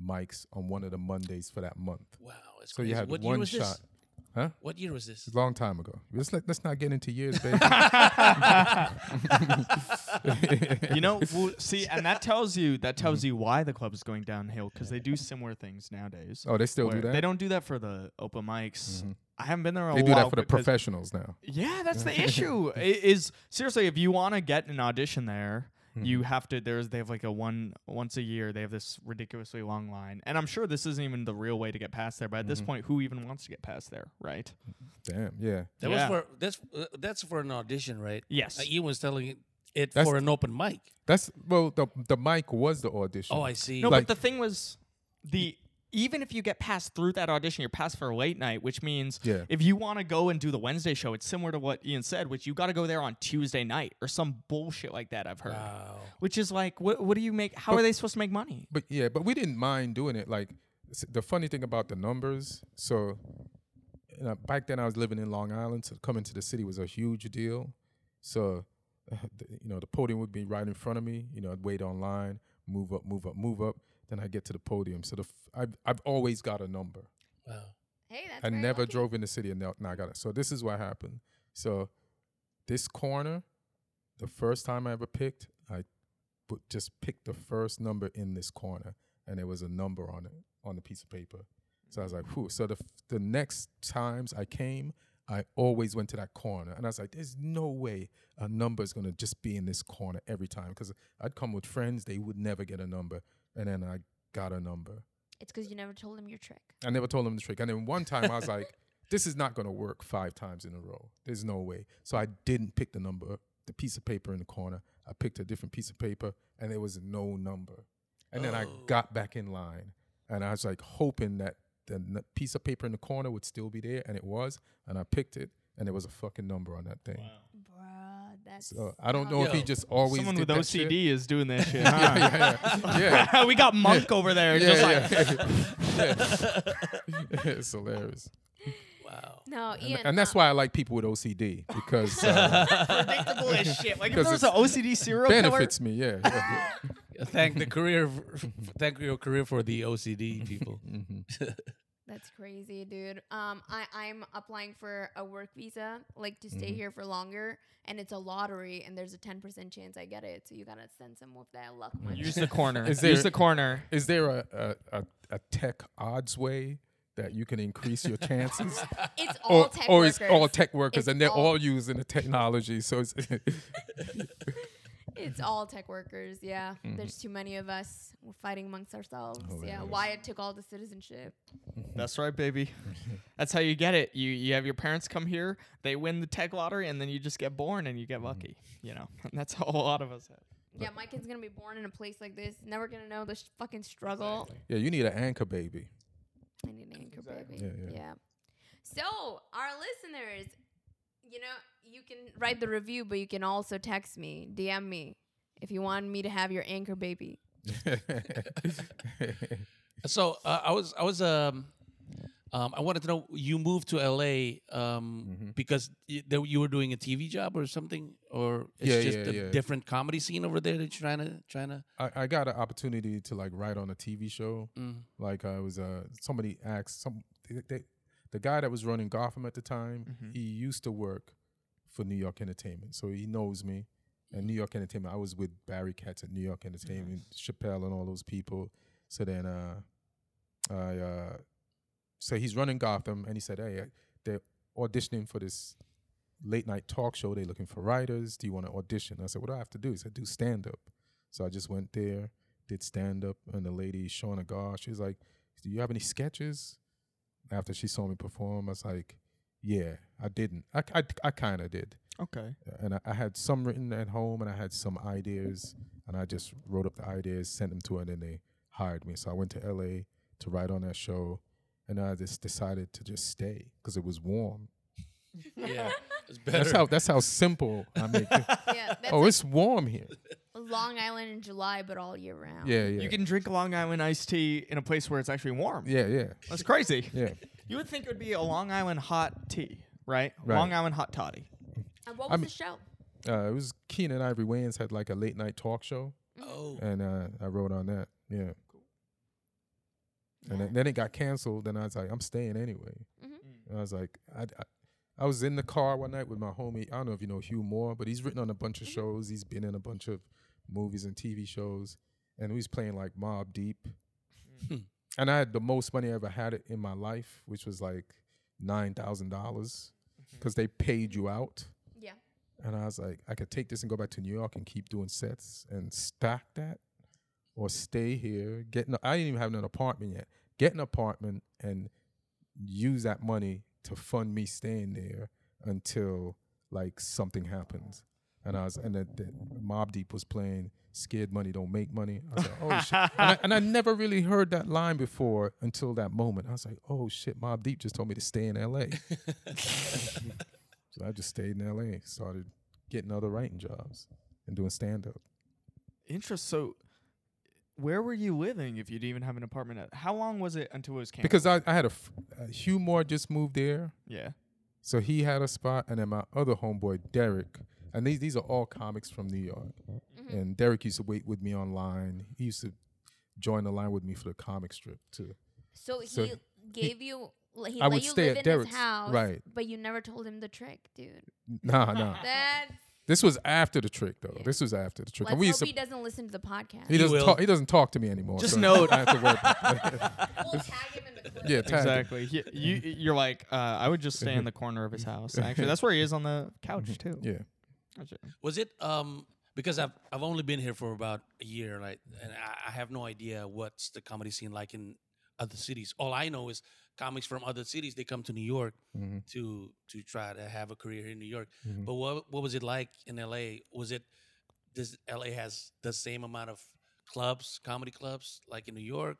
S4: mics on one of the Mondays for that month.
S2: Wow, it's
S4: So you
S2: crazy.
S4: had
S2: what year
S4: one
S2: was
S4: shot.
S2: This?
S4: Huh?
S2: What year was this?
S4: It's a long time ago. Let's let, let's not get into years, baby.
S3: you know, well, see, and that tells you that
S4: Mm-hmm.
S3: tells you why the club is going downhill because they do similar things nowadays.
S4: oh, they still do
S3: where
S4: that. Mm-hmm.
S3: They don't do that for the open mics. I haven't been there a
S4: They
S3: while.
S4: do that for the
S3: because-
S4: professionals now.
S3: Yeah, that's the issue. I- Is seriously, if you want to get an audition there,
S4: Mm-hmm.
S3: you have to. There's they have like a one once a year. They have this ridiculously long line, and I'm sure this isn't even the real way to get past there. But at
S4: Mm-hmm.
S3: this point, who even wants to get past there, right?
S4: Mm. Damn. Yeah.
S2: That
S3: Yeah.
S2: was for that's uh, that's for an audition, right?
S3: Yes.
S2: Uh, Ian was telling it, it
S4: That's-
S2: for an open mic.
S4: That's well. The the mic was the audition.
S2: Oh, I see.
S3: No,
S4: Like-
S3: but the thing was the even if you get passed through that audition, you're passed for a late night, which means
S4: Yeah.
S3: if you want to go and do the Wednesday show, it's similar to what Ian said, which you got to go there on Tuesday night or some bullshit like that. I've heard,
S2: Wow.
S3: which is like, what, what do you make? How are they supposed to make money?
S4: But yeah, but we didn't mind doing it. Like s- the funny thing about the numbers, so you know, back then I was living in Long Island, so coming to the city was a huge deal. So the, you know, the podium would be right in front of me. You know, I'd wait online, move up, move up, move up. Then I get to the podium. So the f- I've I've always got a number.
S2: Wow.
S1: Hey, that's
S4: I
S1: very
S4: never
S1: lucky.
S4: drove in the city and now, now I got it. So this is what happened. So this corner, the first time I ever picked, I put, just picked the first number in this corner, and there was a number on it on the piece of paper. So I was like, "Whew!" So the f- the next times I came, I always went to that corner, and I was like, "There's no way a number is gonna just be in this corner every time," because I'd come with friends, they would never get a number, and then I got a number.
S1: It's because you never told him your trick.
S4: I never told him the trick. And then one time I was like, this is not going to work five times in a row. There's no way. So I didn't pick the number, the piece of paper in the corner. I picked a different piece of paper and there was no number. And then I
S2: Oh.
S4: got back in line and I was like hoping that the n- piece of paper in the corner would still be there. And it was. And I picked it and there was a fucking number on that thing.
S1: Bruh, that's.
S4: So I don't know if he
S2: Yo,
S4: just always
S3: Someone
S4: did
S3: with
S4: that shit.
S3: OCD is doing that shit.
S4: yeah,
S3: huh?
S4: yeah, yeah. yeah.
S3: we got Monk over there. just like,
S4: yeah. it's hilarious.
S2: Wow.
S1: No,
S4: And,
S1: Ian.
S4: and that's why I like people with OCD because uh,
S3: predictable as shit. Like if
S4: 'Cause
S3: there was
S4: it's
S3: an OCD serial
S4: benefits me. Yeah, yeah,
S2: Thank the career. For, thank your career for the OCD people.
S4: yeah. Mhm.
S1: That's crazy, dude. Um, I, I'm applying for a work visa, like to stay
S4: Mhm.
S1: here for longer, and it's a lottery, and there's a 10% chance I get it. So you gotta send some of that luck
S4: Mm-hmm.
S3: killer,
S1: money.
S3: use the corner.
S4: Is there-
S3: use the corner.
S4: Is there a, a, a, a tech odds way that you can increase your chances?
S1: It's all
S4: or
S1: tech
S4: or
S1: workers.
S4: Oh, it's all tech workers
S1: It's
S4: and they're all,
S1: all-
S4: using the technology. So it's
S1: It's all tech workers. Yeah,
S4: Mm-hmm.
S1: there's too many of us. We're fighting amongst ourselves. yeah,
S4: Hilarious.
S1: Wyatt took all the citizenship.
S3: That's right, baby. That's how you get it. You you have your parents come here, they win the tech lottery, and then you just get born and you get lucky.
S4: Mm.
S3: You know, that's how a lot of us have.
S1: Yeah, my kid's gonna be born in a place like this. Never gonna know the sh- fucking struggle.
S4: yeah, you need an anchor baby.
S1: I need an anchor, baby.
S4: Yeah,
S1: Yeah, So, our listeners, You know, you can write the review, but you can also text me, DM me, if you want me to have your anchor baby.
S2: So uh, I was I was um, um I wanted to know you moved to LA um
S4: Mm-hmm.
S2: because y- there, you were doing a TV job or something or it's
S4: Yeah,
S2: just
S4: yeah,
S2: a
S4: yeah.
S2: different comedy scene over there that you're trying to trying to
S4: I, I got an opportunity to like write on a TV show.
S2: mm.
S4: Like I was uh somebody asked some they, they, the guy that was running Gotham at the time, he used to work for New York Entertainment, so he knows me. And New York Entertainment, I was with Barry Katz at New York Entertainment, Chappelle, and all those people. So then uh, I uh, so he's running Gotham, and he said, "Hey, I- they're auditioning for this." Late night talk show. They're looking for writers. Do you want to audition? I said, What do I have to do? He said, Do stand up. So I just went there, did stand up, and the lady Shauna Gar, she was like, "Do you have any sketches?" After she saw me perform, I was like, "Yeah, I didn't. I I, I kind of did,
S3: Okay.
S4: and I, I had some written at home, and I had some ideas, and I just wrote up the ideas, sent them to her, and then they hired me. So I went to L.A. to write on that show, and I just decided to just stay because it was warm.
S2: yeah it's better
S4: That's how that's how simple I make. it.
S1: Yeah, that's
S4: oh,
S1: like
S4: it's warm here.
S1: Long Island in July, but all year round.
S4: Yeah, yeah,
S3: You can drink Long Island iced tea in a place where it's actually warm.
S4: yeah, yeah,
S3: That's crazy.
S4: yeah.
S3: You would think it would be a Long Island hot tea, right?
S4: Right.
S3: Long Island hot toddy.
S1: And what was
S4: I'm-
S1: the show?
S4: uh, it was Keenan and Ivory Wayans had like a late night talk show,
S2: oh
S4: and uh, I wrote on that. Yeah. And then, then it got canceled. Then I was like, I'm staying anyway. And I was like, I, I, I was in the car one night with my homie. I don't know if you know Hugh Moore, but he's written on a bunch of shows. He's been in a bunch of movies and TV shows, and he was playing like Mob Deep.
S2: Hmm.
S4: and I had the most money I ever had it in my life, which was like nine thousand dollars, because they paid you out.
S1: Yeah.
S4: And I was like, I could take this and go back to New York and keep doing sets and stack that, or stay here. Get no, I didn't even have an apartment yet. Get an apartment and use that money to fund me staying there until like something happens. And I was, and the, the Mob Deep was playing "Scared Money Don't Make Money." I was like, "Oh shit!" And I, and I never really heard that line before until that moment. I was like, "Oh shit!" Mob Deep just told me to stay in L.A. So I just stayed in LA, started getting other writing jobs and doing stand up.
S3: Interest. So, where were you living if you didn't even have an apartment? At? How long was it until it was canceled?
S4: Because I, I had a, f- uh, Hugh Moore just moved there,
S3: yeah.
S4: so he had a spot, and then my other homeboy Derek, and these these are all comics from New York, and Derek used to wait with me online. He used to join the line with me for the comic strip too.
S1: So he
S4: So
S1: gave you. He
S4: I
S1: let
S4: would
S1: you
S4: stay
S1: live
S4: at
S1: in
S4: Derek's,
S1: his house,
S4: right.
S1: But you never told him the trick, dude.
S4: Nah, nah.
S1: That's
S4: This was after the trick though. This was after the trick.
S1: let's
S4: and we
S1: hope
S4: used to,
S1: he doesn't listen to the podcast.
S4: he doesn't
S2: will.
S4: talk. He doesn't talk to me anymore.
S3: Just
S4: so
S3: know-
S4: I have to work.
S1: we'll tag him in the clip.
S4: yeah, tag him.
S3: Exactly. He- you, you're like, uh, I would just stay in the corner of his house. Actually, that's where he is on the couch too.
S4: Yeah.
S3: Gotcha.
S2: Was it um because I've I've only been here for about a year, right? And I, I have no idea what's the comedy scene like in other cities. All I know is comics from other cities they come to New York to to try to have a career here in New York. But what what was it like in LA? Was it does LA has the same amount of clubs, comedy clubs like in New York?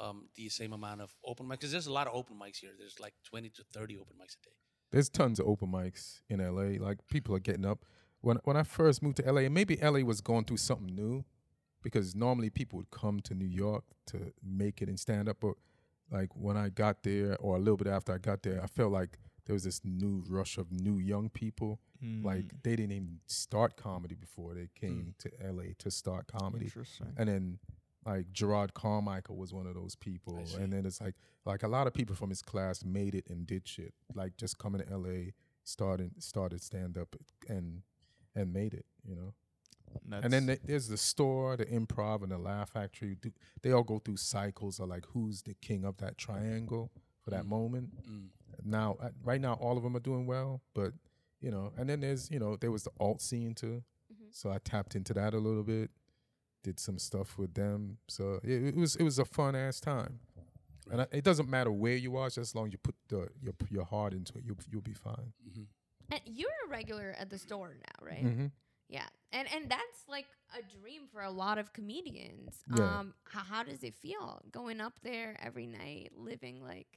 S2: Um, the same amount of open mics because there's a lot of open mics here. There's like twenty to thirty open mics a day.
S4: There's tons of open mics in LA. Like people are getting up. When when I first moved to LA, and maybe LA was going through something new, because normally people would come to New York to make it and stand up. But like when I got there, or a little bit after I got there, I felt like there was this new rush of new young people.
S3: Mm.
S4: Like they didn't even start comedy before they came to LA to start comedy
S3: Interesting.
S4: and then like Gerard Carmichael was one of those people, and then it's like like a lot of people from his class made it and did shit, like just coming to L.A. started started stand up and and made it, you know. and then the, there's the store, the improv, and the Laugh Factory. Do, they all go through cycles of like who's the king of that triangle for that moment. Now, uh, right now, all of them are doing well, but you know, and then there's you know there was the alt scene too,
S1: Mm-hmm.
S4: so I tapped into that a little bit did some stuff with them. So it, it was it was a fun ass time, and I, it doesn't matter where you are, just as long as you put the, your your heart into it, you'll you'll be fine.
S1: And you're a regular at the store now, right?
S4: Mhm.
S1: Yeah, and and that's like a dream for a lot of comedians.
S4: Yeah.
S1: Um, how, how does it feel going up there every night, living like?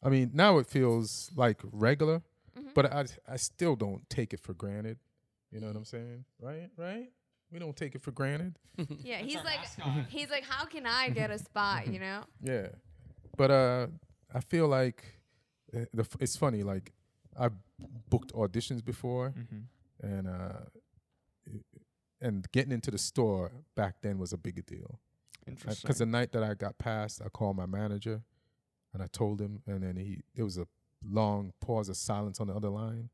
S4: I mean, now it feels like regular But I I still don't take it for granted. You know what I'm saying? Right? Right? We don't take it for granted.
S1: Yeah, he's like, he's like, how can I get a spot? You know?
S4: Yeah, but uh, I feel like uh, the f- it's funny. Like I've booked auditions before, and uh, it- and getting into the store back then was a bigger deal.
S3: Interesting.
S4: Because the night that I got passed, I called my manager, and I told him, and then he there was a long pause of silence on the other line,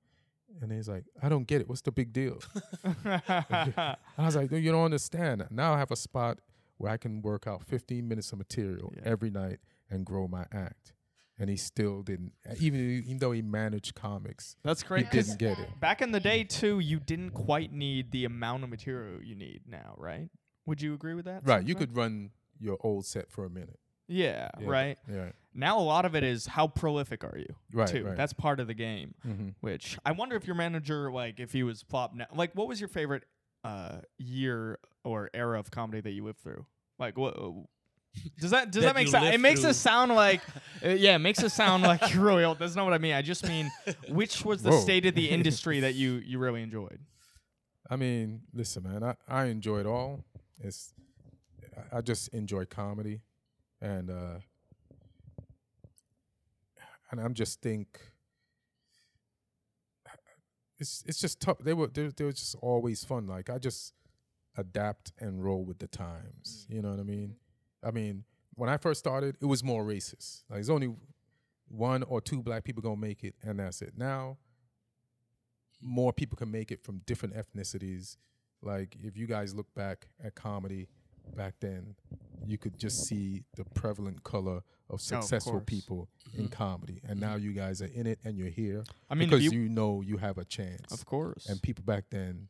S4: and he's like, "I don't get it. What's the big deal?" I was like, "No, you don't understand. Now I have a spot where I can work out 15 minutes of material
S3: Yeah.
S4: every night and grow my act." And he still didn't, uh, even even though he managed comics,
S3: That's
S4: he
S3: great. 'cause
S4: didn't get it.
S3: back in the day too, you didn't quite need the amount of material you need now, right? Would you agree with that?
S4: Right? You
S3: sentiment?
S4: could run your old set for a minute.
S3: Yeah,
S4: Yeah.
S3: Right.
S4: Yeah.
S3: Now a lot of it is how prolific are you?
S4: Right,
S3: Too.
S4: right.
S3: That's part of the game.
S4: Mm-hmm.
S3: Which I wonder if your manager, like, if he was flop now, like, what was your favorite uh year or era of comedy that you lived through? Like, what? Does that does that,
S2: That
S3: make
S2: you
S3: sense? It
S2: lived
S3: makes
S2: through.
S3: us sound like, uh, yeah, it makes us sound like you're really old. That's not what I mean. I just mean which was the
S4: Whoa.
S3: state of the industry that you you really enjoyed.
S4: I mean, listen, man, I, I enjoy it all. It's I- I just enjoy comedy, and uh, and I'm just think it's it's just tough. They were they, they were just always fun. Like I just adapt and roll with the times. You know what I mean? I mean, when I first started, it was more racist. Like there's only one or two black people gonna make it, and that's it. Now more people can make it from different ethnicities. Like if you guys look back at comedy back then, you could just see the prevalent color of successful
S3: course.
S4: people in
S2: Mm-hmm.
S4: comedy. And now you guys are in it and you're here
S3: I mean, if
S4: because
S3: you-
S4: you, know you have a chance.
S3: Of course.
S4: And people back then,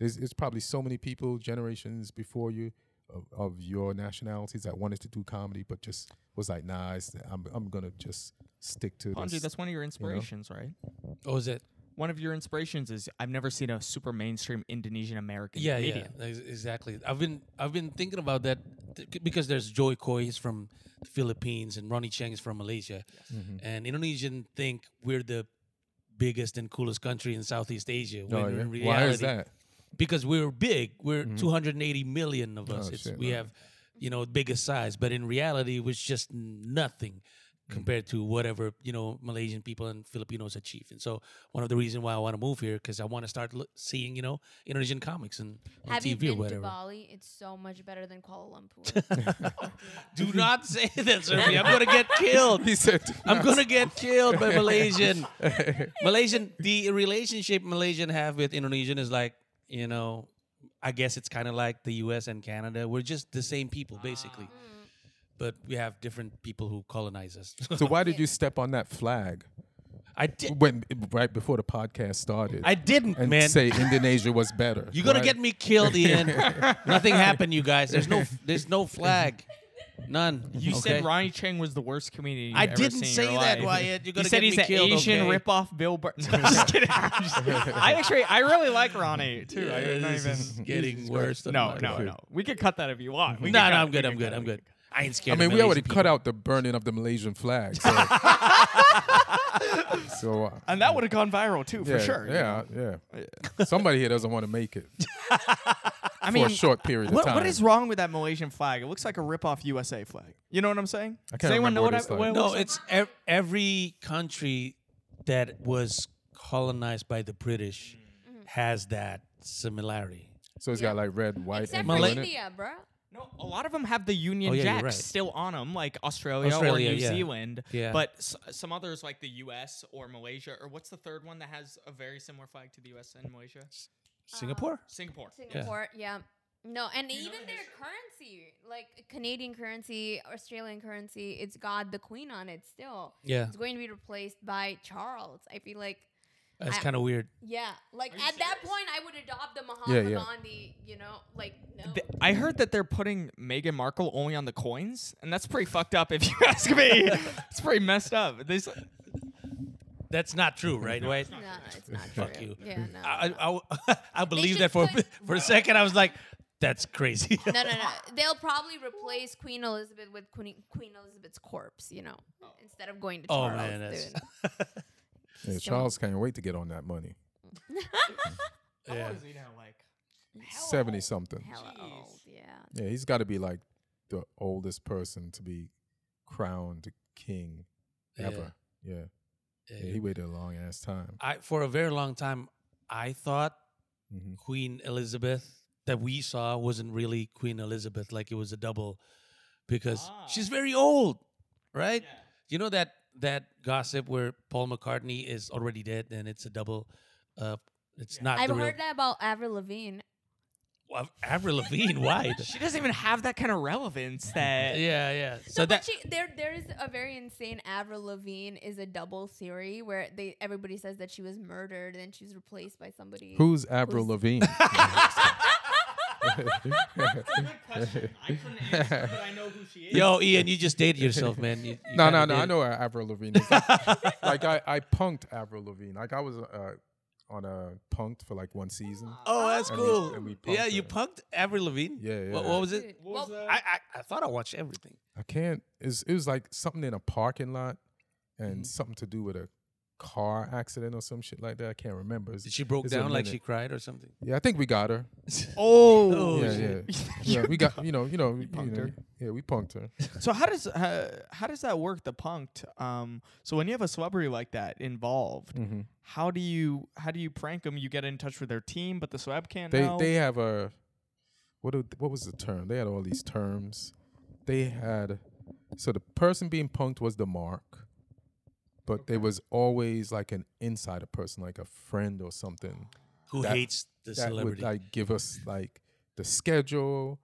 S4: there's, there's probably so many people generations before you of, of your nationalities that wanted to do comedy, but just was like, nah, it's, I'm I'm gonna just stick to
S3: Panji,
S4: this.
S3: that's one of your inspirations, right?
S2: Oh, is it?
S3: One of your inspirations is I've never seen a super mainstream Indonesian American
S2: Yeah,
S3: comedian.
S2: yeah, ex- exactly. I've been I've been thinking about that th- c- because there's Joy Coy, he's from the Philippines, and Ronnie Cheng is from Malaysia,
S4: Mm-hmm.
S2: and Indonesian think we're the biggest and coolest country in Southeast Asia.
S4: Oh,
S2: when
S4: yeah?
S2: in reality,
S4: Why is that?
S2: Because we're big. We're 280 million of us. it's,
S4: Mm-hmm. Oh, shit,
S2: we
S4: right.
S2: have, you know, biggest size, but in reality, it was just nothing
S4: Mm.
S2: compared to whatever you know Malaysian people and Filipinos achieve. And so one of the reasons why I want to move here because I want to start lo- seeing you know Indonesian comics and on
S1: Have
S2: TV
S1: you
S2: or
S1: been to
S2: whatever.
S1: Bali? It's so much better than Kuala Lumpur.
S2: Do not say that, Serbi. I'm gonna get killed.
S4: He said,
S2: I'm gonna get killed by Malaysian. Malaysian. The relationship Malaysian have with Indonesian is like, you know, I guess it's kind of like the U.S. and Canada. We're just the same people, basically.
S3: Ah.
S2: But we have different people who colonize us.
S4: So why did you step on that flag
S2: I did.
S4: when right before the podcast started?
S2: I didn't,
S4: and
S2: man.
S4: say Indonesia was better.
S2: You're gonna
S4: Why-
S2: get me killed, Ian. Nothing happened, you guys. There's no. There's no flag. None.
S3: You
S2: Okay?
S3: said Ronnie Chang was the worst comedian. You've
S2: I
S3: ever
S2: didn't
S3: seen in
S2: say
S3: your
S2: that,
S3: life.
S2: Wyatt. You're
S3: You
S2: gonna
S3: said
S2: get
S3: he's
S2: me
S3: an
S2: killed,
S3: Asian
S2: okay?
S3: ripoff Bill Burr. No, I'm just kidding. I'm just- I actually, I really like Ronnie too. I
S2: Yeah,
S3: not
S2: this
S3: even.
S2: is getting worse. Than
S3: No,
S2: mine.
S3: no, no. We could cut that if you want. We
S2: No,
S3: could
S2: no,
S3: cut-
S2: I'm
S3: we
S2: good.
S3: could
S2: I'm good.
S3: cut
S2: I'm
S3: it.
S2: good. I ain't
S4: I
S2: scared.
S4: mean,
S2: of
S4: we already
S2: Malaysian
S4: cut
S2: people.
S4: out the burning of the Malaysian flag. So, so, uh,
S3: And that would have gone viral too,
S4: yeah,
S3: for sure.
S4: Yeah, yeah. Somebody here doesn't want to make it
S3: I
S4: for
S3: mean,
S4: a short period of
S3: what,
S4: time.
S3: what is wrong with that Malaysian flag? It looks like a ripoff USA flag. You know what I'm saying?
S4: I
S3: Does
S4: can't
S3: anyone
S4: remember
S3: know
S4: what
S3: I-
S4: it's like.
S3: it
S2: No,
S3: looks
S2: it's ev- every country that was colonized by the British
S1: Mm-hmm.
S2: has that similarity.
S4: So it's got like red, white,
S1: Except
S4: and
S1: for
S4: blue
S2: Malay-
S4: in it.
S1: India, bro.
S3: No, a lot of them have the Union
S2: Oh, yeah, you're
S3: Jacks
S2: right.
S3: still on them, like Australia,
S2: Australia,
S3: or New
S2: yeah.
S3: Zealand.
S2: Yeah.
S3: But s- some others, like the U.S. or Malaysia, or what's the third one that has a very similar flag to the U.S. and Malaysia?
S1: Uh,
S2: Singapore.
S3: Singapore.
S1: Singapore, yeah. No, and even their currency, like Canadian currency, Australian currency, it's got the queen on it still.
S2: Yeah.
S1: It's going to be replaced by Charles. I feel like,
S2: That's
S1: I-
S2: kind of weird.
S1: yeah. Like, at that point, I would adopt the Mahatma
S4: Yeah, yeah.
S1: Gandhi, you know, like, no.
S3: Th- I heard that they're putting Meghan Markle only on the coins, and that's pretty fucked up if you ask me. it's pretty messed up. They s-
S2: That's not true, right? Wait.
S1: no, it's not true.
S2: Fuck you.
S1: Yeah, no.
S2: I, I, I, I believe
S1: should
S2: that for
S1: put-
S2: for a second. I was like, that's crazy.
S1: no, no, no. They'll probably replace Queen Elizabeth with Queen, Queen Elizabeth's corpse, you know, instead of going to
S2: Oh,
S1: Charles.
S2: man, that's-
S1: dude.
S4: Yeah,
S1: Still-
S4: Charles can't wait to get on that money.
S2: Yeah.
S3: he now? Like
S4: Seventy something.
S1: Hella
S3: Jeez.
S1: old, yeah.
S4: Yeah, he's got to be like the oldest person to be crowned king
S2: Yeah.
S4: ever. Yeah.
S2: Yeah.
S4: Yeah, he waited a long ass time.
S2: I for a very long time I thought
S4: Mhm.
S2: Queen Elizabeth that we saw wasn't really Queen Elizabeth, like it was a double, because
S3: Ah.
S2: she's very old, right? You know that that gossip where Paul McCartney is already dead and it's a double. Uh, it's
S3: Yeah.
S2: not.
S1: I've
S2: the real,
S1: heard that about Avril Lavigne.
S2: Well, Avril Lavigne. Why?
S3: she doesn't even have that kind of relevance
S2: Yeah,
S3: that
S2: yeah. So
S1: no, but
S2: that.
S1: she, there there is a very insane Avril Lavigne is a double theory where they everybody says that she was murdered and she was replaced by somebody.
S4: Who's Avril
S1: Who's-
S4: Lavigne?
S3: I couldn't answer, but I know who she is.
S2: Yo, Ian, you just dated yourself, man. You- you
S4: no, no,
S2: kinda
S4: no. I
S2: did.
S4: know who Avril Lavigne. is. Like, like, I, I punked Avril Lavigne. Like I was uh, on a punked for like one season.
S2: Oh, that's
S4: And we-
S2: cool.
S4: and we
S2: yeah,
S4: punked
S2: you
S4: her.
S2: punked Avril Lavigne.
S4: Yeah,
S2: What,
S4: yeah.
S2: what was it?
S1: Well,
S2: I, I I thought I watched everything.
S4: I can't. It's, it was like something in a parking lot, and
S2: Mm-hmm.
S4: something to do with a car accident or some shit like that. I can't remember. It's-
S2: Did she broke
S4: it's a
S2: down like
S4: minute.
S2: she cried or something?
S4: Yeah, I think we got her.
S3: Oh,
S2: Oh,
S4: yeah,
S2: shit.
S4: yeah, yeah. We got you know, you know, you punked know, her. Yeah, we punked her.
S3: So how does uh, how does that work? The punked. Um, so when you have a celebrity like that involved,
S4: Mm-hmm.
S3: how do you how do you prank them? You get in touch with their team, but the celeb can't
S4: They
S3: know.
S4: they have a what do- what was the term? They had all these terms. They had so the person being punked was the mark, but there was always like an insider person, like a friend or something.
S2: Who
S4: That-
S2: hates the
S4: that would
S2: celebrity?
S4: like give us like the schedule,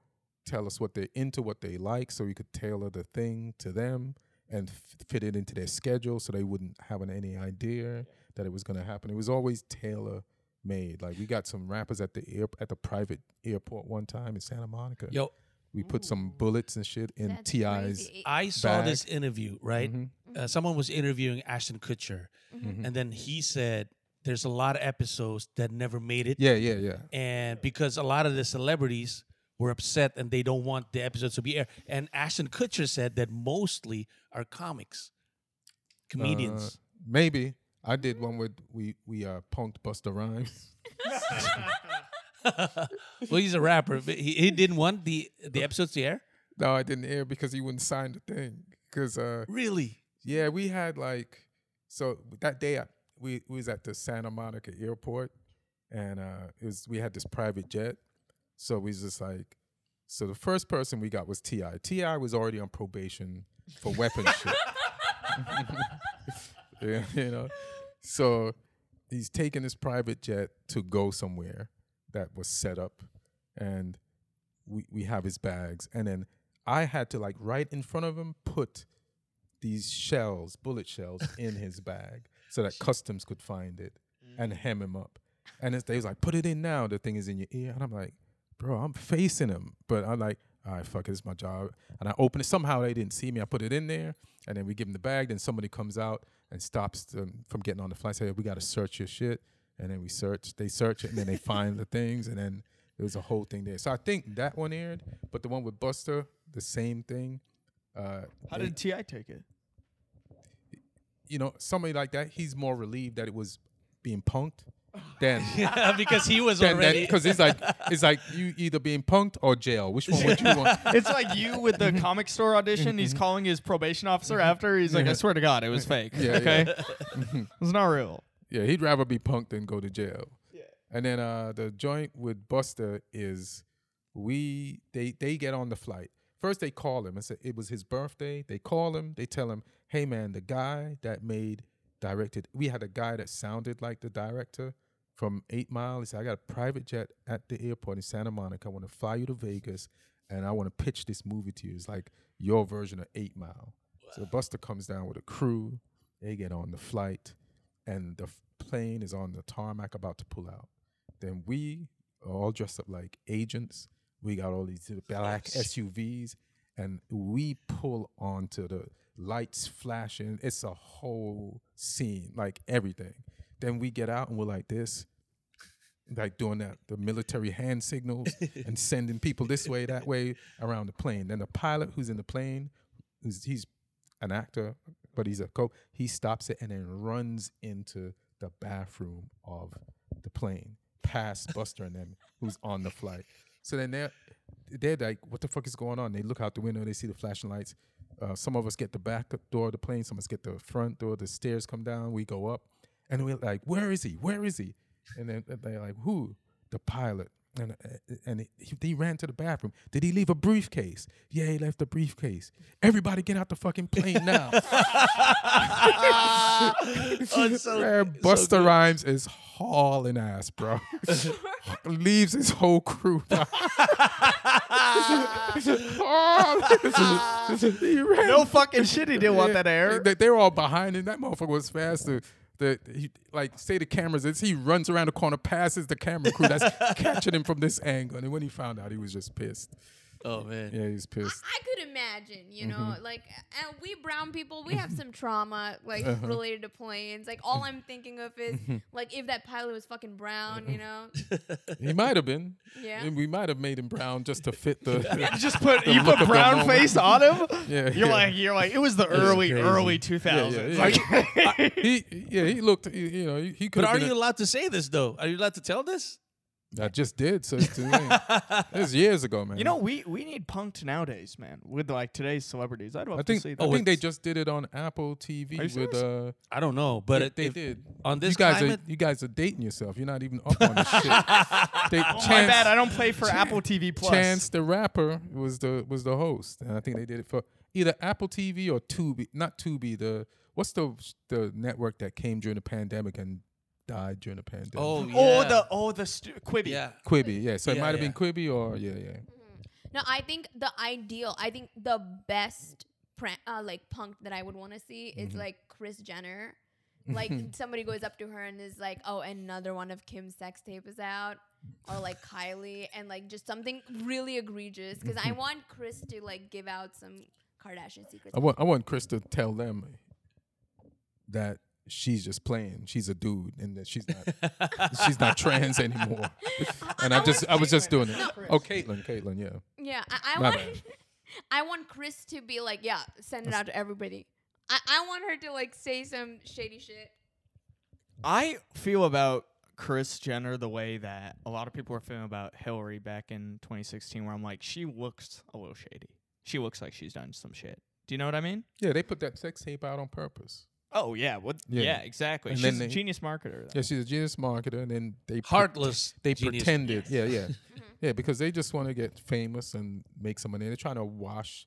S4: tell us what they're into, what they like, so we could tailor the thing to them and f- fit it into their schedule, so they wouldn't have an, any idea that it was going to happen. It was always tailor made. Like we got some rappers at the air, at the private airport one time in Santa Monica.
S2: Yo,
S4: we put some bullets and shit in
S1: That's
S4: Ti's.
S1: crazy.
S2: I saw
S4: Bag.
S2: this interview, right?
S4: Mhm.
S2: Uh, someone was interviewing Ashton Kutcher,
S4: Mm-hmm.
S1: Mm-hmm.
S2: and then he said, "There's a lot of episodes that never made it,
S4: Yeah, yeah, yeah.
S2: and because a lot of the celebrities were upset and they don't want the episodes to be aired." And Ashton Kutcher said that mostly are comics,
S4: Uh,
S2: comedians.
S4: maybe I did one with we we uh, punked Buster Rhymes.
S2: well, he's a rapper, but he, he didn't want the the episodes to air.
S4: No, I didn't air because he wouldn't sign the thing. Because uh,
S2: Really?
S4: yeah, we had like so that day I, we, we was at the Santa Monica airport, and uh, it was we had this private jet, so we was just like, so the first person we got was Ti. Ti was already on probation for weapon shit. yeah, you know, so he's taking his private jet to go somewhere that was set up, and we, we have his bags and then i had to like right in front of him put these shells bullet shells in his bag so that customs could find it and hem him up and it's, they was like put it in now the thing is in your ear and i'm like bro i'm facing him but i'm like all right fuck it it's my job and i open it somehow they didn't see me i put it in there and then we give him the bag then somebody comes out and stops them from getting on the flight say we got to search your shit and then we search they search it and then they find the things and then there was a whole thing there so i think that one aired but the one with buster the same thing uh
S3: how
S4: they-
S3: did Ti take it?
S4: you know somebody like that he's more relieved that it was being punked than
S2: because he was
S4: than that
S2: already.
S4: because it's like it's like you either being punked or jail which one would you want
S3: It's like you with the comic store audition.
S4: Mm-hmm.
S3: He's calling his probation officer after. He's like, I swear to God, it was fake.
S4: Yeah, Mm-hmm.
S3: okay, it's not real.
S4: Yeah, he'd rather be punked than go to jail. Yeah. And then uh, the joint with Buster is we they they get on the flight. First they call him and say it was his birthday. They call him, they tell him, "Hey man, the guy that made directed we had a guy that sounded like the director from 8 Mile. He said, "I got a private jet at the airport in Santa Monica. I want to fly you to Vegas and I want to pitch this movie to you. It's like your version of 8 Mile." So Buster comes down with a crew. They get on the flight and the f- plane is on the tarmac about to pull out. Then we are all dressed up like agents. We got all these black SUVs, and we pull onto the lights flashing. It's a whole scene, like everything. Then we get out and we're like this, like doing that the military hand signals and sending people this way, that way around the plane. Then the pilot who's in the plane, who's, he's an actor, but he's a coach. He stops it and then runs into the bathroom of the plane, past Buster and them, who's on the flight. So then they're they're like, "What the fuck is going on?" They look out the window, they see the flashing lights. Uh, some of us get the back door of the plane, some of us get the front door. The stairs come down, we go up, and we're like, "Where is he? Where is he?" And then they're like, "Who?" The pilot. And uh, and he, he ran to the bathroom. Did he leave a briefcase? Yeah, he left a briefcase. Everybody get out the fucking plane now.
S2: Oh, it's so-
S4: Man, Buster Rhymes is hauling ass, bro. Leaves his whole crew. behind. Hauling- he ran-
S3: No fucking shit. He didn't want that air.
S4: They, they were all behind him. That motherfucker was faster. The, he, like say the cameras as he runs around the corner, passes the camera crew that's catching him from this angle. And then when he found out, he was just pissed.
S2: oh man.
S4: Yeah, he was pissed.
S1: I could imagine, you know,
S4: Mm-hmm.
S1: like and we brown people, we have some trauma like
S4: Uh-huh.
S1: related to planes. Like all I'm thinking of is
S4: Mm-hmm.
S1: like if that pilot was fucking brown, you know.
S4: He might have been.
S1: Yeah.
S4: Uh-huh. And we might have made him brown just to fit the.
S3: You just put
S4: The
S3: you
S4: look
S3: put
S4: of
S3: brown
S4: that
S3: face on him.
S4: Yeah,
S3: You're
S4: yeah.
S3: like you're like it was the early
S2: crazy.
S3: early
S4: yeah,
S3: 2000s.
S4: yeah,
S3: Like,
S4: yeah. he, yeah, he looked. he- you know, he, he could.
S2: But are
S4: been a-
S2: you allowed to say this though? Are you allowed to tell this?
S4: I just did, so it's too late. It's years ago, man.
S3: you know we we need punked nowadays, man. With like today's celebrities, I'd love
S4: I think
S3: to see that.
S4: I think they just did it on Apple TV
S3: Are you
S4: with
S3: serious? uh,
S4: uh.
S2: I don't know, but it,
S4: they
S2: if-
S4: did.
S2: on this
S4: you guys
S2: climate.
S4: are you guys are dating yourself. You're not even up on this shit. They,
S3: oh
S4: Chance,
S3: my bad, I don't play for Apple TV Plus.
S4: Chance the rapper was the was the host, and I think they did it for either Apple TV or Tubi. Not Tubi. The what's the the network that came during the pandemic and died during the pandemic?
S2: oh yeah.
S3: Oh the oh the stu- Quibi.
S2: yeah.
S4: Quibi. Yeah, so it
S2: Yeah,
S4: might have
S2: yeah.
S4: been Quibi or yeah, yeah.
S1: No, I think the ideal, I think the best prank, uh, like punk that I would want to see is
S4: Mm-hmm.
S1: like Chris Jenner. Like somebody goes up to her and is like, "Oh, another one of Kim's sex tape is out," or like Kylie, and like just something really egregious. Because I want Chris to like give out some Kardashian secrets.
S4: Mm-hmm. I want I want Chris to tell them that she's just playing. She's a dude, and that she's not she's not trans anymore. And I just I was just doing it. Oh, Caitlyn, Caitlyn, yeah.
S1: Yeah, I, I
S4: My
S1: want
S4: bad.
S1: I want Chris to be like, yeah, send it out to everybody. I, I want her to like say some shady shit.
S3: I feel about Chris Jenner the way that a lot of people were feeling about Hillary back in 2016, where I'm like, she looks a little shady. She looks like she's done some shit. Do you know what I mean?
S4: Yeah, they put that sex tape out on purpose.
S3: Oh yeah, what? Yeah,
S4: Yeah.
S3: exactly.
S4: And
S3: she's
S4: then
S3: a
S4: they-
S3: genius marketer.
S4: Yeah, she's a genius marketer, and then they pre-
S2: Heartless.
S4: they
S2: genius.
S4: pretended, yeah, yeah, yeah, because they just want to get famous and make some money. They're trying to wash,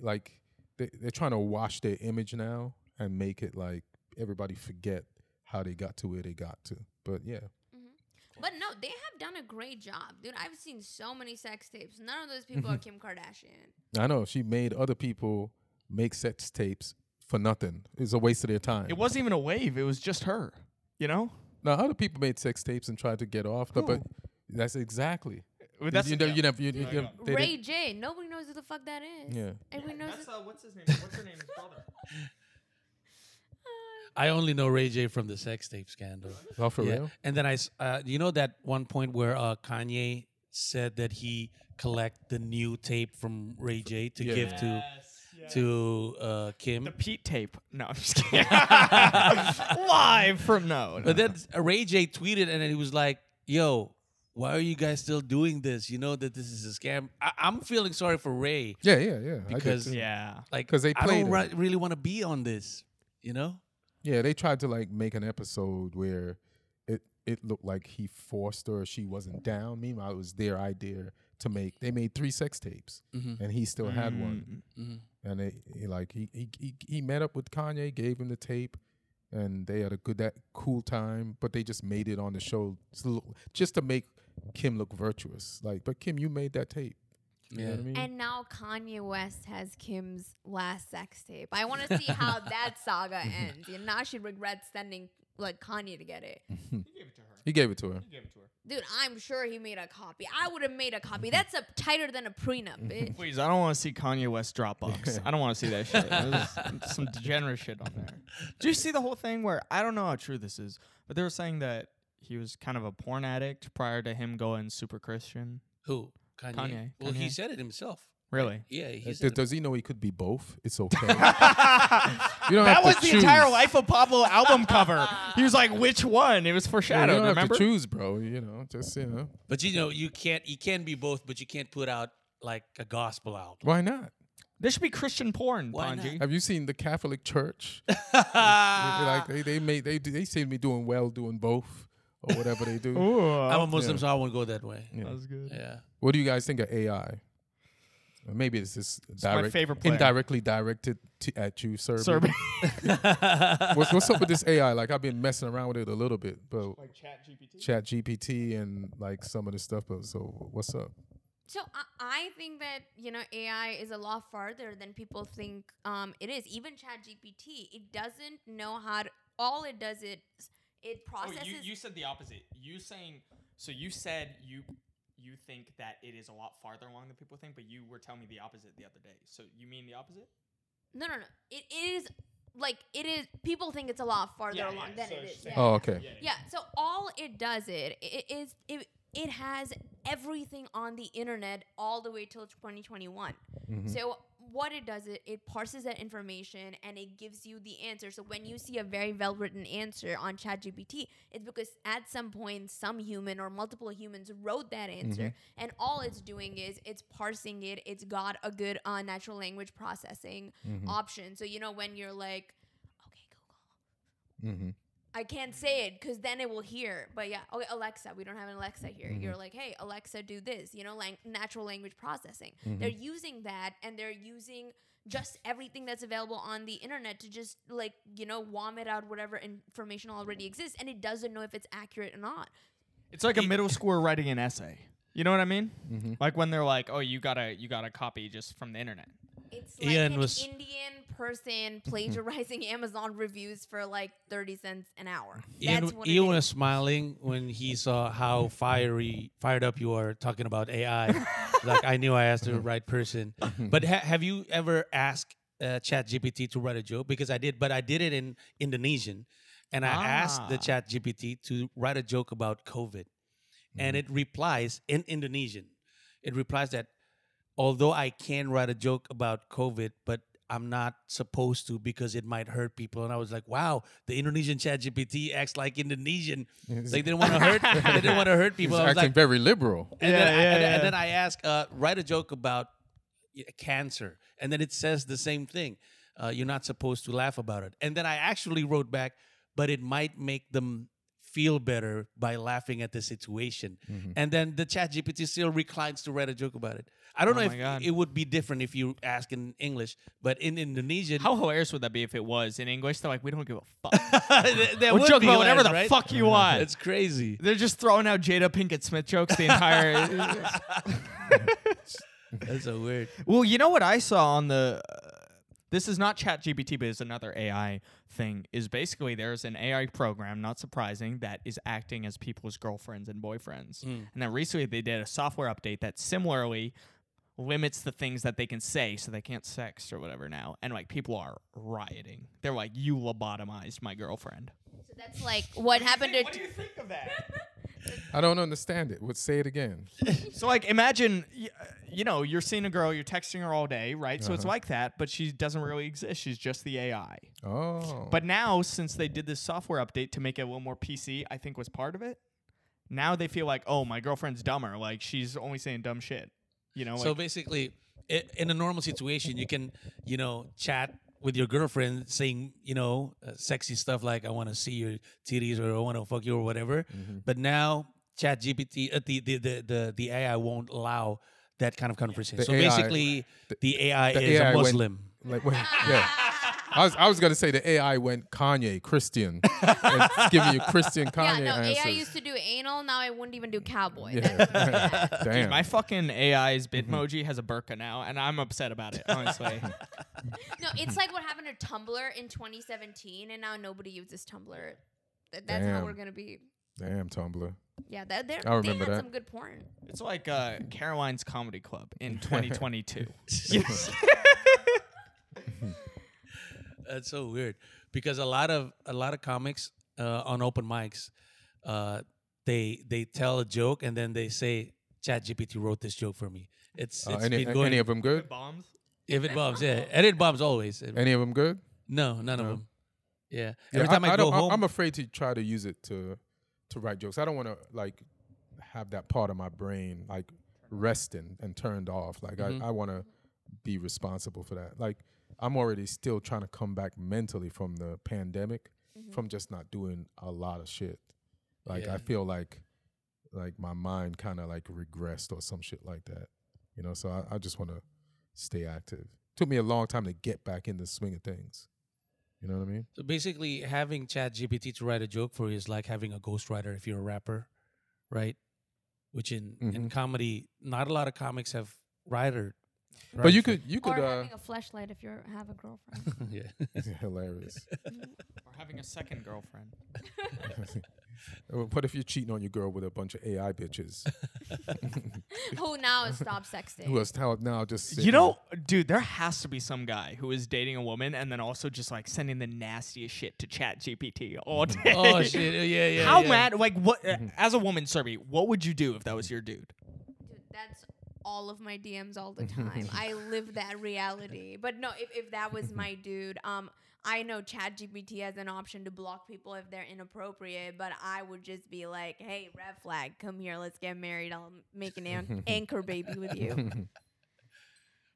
S4: like they, they're trying to wash their image now and make it like everybody forget how they got to where they got to. But yeah,
S1: But no, they have done a great job, dude. I've seen so many sex tapes. None of those people are Kim Kardashian.
S4: I know she made other people make sex tapes for nothing. It was a waste of their time.
S3: It wasn't even a wave. It was just her. You know?
S4: now other people made sex tapes and tried to get off, but, but that's exactly.
S3: Well, that's-
S4: you know, you never, you, you never, they
S1: Ray
S4: didn't-
S1: J, nobody knows who the fuck that is.
S4: yeah.
S1: Everyone knows. it-
S3: uh, what's his name? What's her name? brother.
S2: I only know Ray J from the sex tape scandal.
S4: Oh, for
S2: Yeah.
S4: real?
S2: And then I, s- uh, you know, that one point where uh, Kanye said that he collect the new tape from Ray J to
S4: Yeah.
S2: give to to uh, Kim.
S3: The Pete tape. No, I'm just kidding. Live from no. no.
S2: But then uh, Ray J tweeted and then he was like, "Yo, why are you guys still doing this? You know that this is a scam." I- I'm feeling sorry for Ray.
S4: Yeah, yeah, yeah. I did
S2: Because-
S4: too.
S3: yeah.
S2: Like,
S4: 'Cause they
S2: I
S4: played
S2: don't
S4: him.
S2: ri- really want to be on this. You know?
S4: Yeah, they tried to like make an episode where it it looked like he forced her, she wasn't down. Meanwhile, it was their idea to make. They made three sex tapes, and he still had
S3: Mm-hmm. Mm.
S4: one. And they he, like he, he he he met up with Kanye, gave him the tape, and they had a good that cool time. But they just made it on the show to look- just to make Kim look virtuous. Like, but Kim, you made that tape. You know what I mean?
S1: And now Kanye West has Kim's last sex tape. I want to see how that saga ends. And now she regrets sending like Kanye to get it.
S4: Mm. he gave it to her.
S1: Dude, I'm sure he made a copy. I would have made a copy. That's a tighter than a prenup, bitch.
S3: Please, I don't want to see Kanye West Dropbox. I don't want to see that shit. There's some degenerate shit on there. Do you see the whole thing where I don't know how true this is, but they were saying that he was kind of a porn addict prior to him going super Christian?
S2: Who? Kanye.
S3: Kanye,
S2: Well, he
S3: Kanye.
S2: said it himself.
S3: Really?
S2: Yeah, he's
S4: Does,
S2: in-
S4: does he know he could be both? It's okay. you don't
S3: That
S4: have
S3: was
S4: to
S3: the
S4: choose.
S3: entire life of Pablo album cover. He was like, which one? It was
S4: Yeah, you
S3: foreshadowed.
S4: don't have
S3: remember?
S4: to choose, bro. You know, just you know,
S2: but you know, you can't. You can be both, but you can't put out like a gospel album.
S4: why not?
S3: There should be Christian porn,
S2: Why not?
S3: Panji.
S4: Have you seen the Catholic Church? They- they like they they made they do- they seem to be doing well doing both or whatever they do.
S2: I'm a
S3: Ooh,
S2: Muslim, so I won't go that way.
S4: Yeah.
S3: that was good.
S2: Yeah.
S4: What do you guys think of AI? Or maybe it's just
S3: my
S4: direct,
S3: favorite player.
S4: indirectly directed to, at you, sir.
S3: Sir,
S4: what's, what's up with this AI? Like I've been messing around with it a little bit, but
S3: like Chat GPT.
S4: Chat GPT and like some of this stuff. But so what's up?
S1: So I, I think that you know AI is a lot farther than people think um, it is. Even ChatGPT, it doesn't know how to. All it does it it processes.
S3: Oh, you, you said the opposite. You saying so? You said you you think that it is a lot farther along than people think, but you were telling me the opposite the other day. So you mean the opposite?
S1: no, no, no. It is like it is. People think it's a lot farther
S3: Yeah,
S1: along
S3: yeah,
S1: than
S3: so
S1: it
S3: it's
S1: is.
S3: saying-
S4: Oh, okay.
S1: Yeah. So all it does it, it is it, it has everything on the internet all the way till 2021.
S4: Mm-hmm,
S1: So what it does it it parses that information and it gives you the answer. So when you see a very well written answer on ChatGPT, it's because at some point some human or multiple humans wrote that answer, and all it's doing is it's parsing it. It's got a good uh, natural language processing
S4: Hmm.
S1: option. So you know when you're like, okay, Google,
S4: Mm-hmm.
S1: I can't say it because then it will hear. But yeah, okay, Alexa, we don't have an Alexa here.
S2: Mm-hmm.
S1: You're like, hey, Alexa, do this. You know, like natural language processing.
S2: Mm-hmm.
S1: They're using that and they're using just everything that's available on the internet to just like you know vomit out whatever information already exists, and it doesn't know if it's accurate or not.
S3: It's like a middle schooler writing an essay. You know what I mean?
S4: mm-hmm.
S3: Like when they're like, "Oh, you gotta you gotta copy just from the internet."
S1: It's like
S2: Ian
S1: an
S2: was-
S1: Indian person plagiarizing Amazon reviews for like thirty cents an hour.
S2: Ian,
S1: That's what
S2: Ian
S1: it is.
S2: was smiling when he saw how fiery, fired up you are talking about AI. like I knew I asked the right person. But ha- have you ever asked uh, ChatGPT to write a joke? Because I did, but I did it in Indonesian, and I asked the
S3: Ah.
S2: ChatGPT to write a joke about COVID, and it replies in Indonesian. It replies that although I can write a joke about COVID, but I'm not supposed to because it might hurt people. And I was like, wow, the Indonesian chat GPT acts like Indonesian. Like they didn't want to hurt they didn't want to hurt people.
S4: He's
S2: I was
S4: acting
S2: like,
S4: very liberal.
S2: and,
S3: Yeah,
S2: then I,
S3: yeah,
S2: and, then- and
S3: yeah.
S2: then I ask, uh, write a joke about y- cancer. And then it says the same thing. Uh, you're not supposed to laugh about it. And then I actually wrote back, but it might make them feel better by laughing at the situation.
S3: Mm-hmm.
S2: And then the chat GPT still reclines to write a joke about it. I don't
S3: Oh
S2: know
S3: my
S2: if
S3: God.
S2: it would be different if you ask in English, but in Indonesian,
S3: How hilarious would that be if it was in English? They're like, "We don't give a fuck.
S2: that, that
S3: we'll
S2: would
S3: joke
S2: be
S3: about whatever
S2: hilarious,
S3: the
S2: right?
S3: fuck you want."
S2: It's crazy.
S3: They're just throwing out Jada Pinkett Smith jokes the entire.
S2: That's so weird.
S3: well, you know what I saw on the. uh, this is not ChatGPT, but it's another AI thing. Is basically there's an AI program, not surprising, that is acting as people's girlfriends and boyfriends. And then recently they did a software update that similarly limits the things that they can say, so they can't sex or whatever now. And like people are rioting. They're like, "You lobotomized my girlfriend."
S1: So that's like what happened to.
S3: think of that?
S4: I don't understand it. Would say it again.
S3: So like imagine y- uh, you know, you're seeing a girl, you're texting her all day, right? So it's like that, but she doesn't really exist. She's just the AI.
S4: Oh,
S3: But now since they did this software update to make it a little more PC, I think was part of it. Now they feel like, "Oh, my girlfriend's dumber. Like she's only saying dumb shit." You know, like
S2: so basically, i in a normal situation, you can, you know, chat with your girlfriend saying, you know, uh, sexy stuff like, I want to see your titties or I want to fuck you or whatever.
S4: Mm-hmm.
S2: But now, chat GPT, uh, the, the, the, the, the AI won't allow that kind of conversation.
S4: The
S2: so
S4: AI
S2: basically, the, AI
S4: the
S2: is
S4: AI
S2: a
S4: went-
S2: Muslim.
S4: like wait, yeah. I was I was gonna say the AI went Kanye Christian, and it's giving you Christian
S1: Yeah,
S4: Kanye
S1: no,
S4: answers.
S1: AI used to do anal. Now I wouldn't even do cowboy. That's-
S4: yeah. Damn.
S3: my fucking AI's Bitmoji has a burqa now, and I'm upset about it, honestly.
S1: No, it's like what happened to Tumblr in 2017, and now nobody uses Tumblr. Th- that's how
S4: Damn.
S1: we're gonna be.
S4: Damn Tumblr. Uh,
S1: Yeah, that they're,
S4: I
S1: they
S4: remember
S1: had
S4: that.
S1: some good porn.
S3: it's like uh, Caroline's Comedy Club in 2022.
S2: That's so weird because a lot of a lot of comics uh, on open mics, uh, they they tell a joke and then they say ChatGPT wrote this joke for me. It's,
S4: Uh,
S2: it's
S4: any,
S2: been going.
S4: any of them good?
S3: Bombs.
S2: if it bombs, yeah, edit bombs always. It-
S4: Any of them good?
S2: no, none of them. Yeah. Every
S4: Yeah,
S2: time I, go
S4: don't, I-
S2: home,
S4: I'm afraid to try to use it to to write jokes. I don't want to like have that part of my brain like resting and turned off. Like
S2: Mm-hmm.
S4: I, I want to be responsible for that. Like I'm already still trying to come back mentally from the pandemic, from just not doing a lot of shit. Like
S2: Mm-hmm. Yeah.
S4: I feel like like my mind kind of like regressed or some shit like that. You know, so I, I just want to stay active. Took me a long time to get back in the swing of things. You know what I mean?
S2: So basically, having ChatGPT to write a joke for you is like having a ghostwriter if you're a rapper, right? Which in in comedy, not a lot of comics have writer.
S4: But you
S2: writers.
S4: could you
S1: Or
S4: could uh,
S1: having a flashlight if you have a girlfriend.
S2: yeah.
S4: hilarious.
S3: Or having a second girlfriend.
S4: Uh, what if you're cheating on your girl with a bunch of AI bitches
S1: Who Oh, now is stop sexting?
S4: who is now now just sitting-
S3: You know, dude, there has to be some guy who is dating a woman and then also just like sending the nastiest shit to Chat GPT all day.
S2: Oh shit! Yeah, yeah.
S3: How
S2: yeah.
S3: mad? Like, what?
S4: Mm-hmm.
S3: Uh, as a woman, Serby, what would you do if that was your dude?
S1: Dude, that's all of my DMs all the time. I live that reality. But no, if, if that was my dude, um, I know ChatGPT has an option to block people if they're inappropriate, but I would just be like, hey, red flag, come here, let's get married. I'll make an an- anchor baby with you.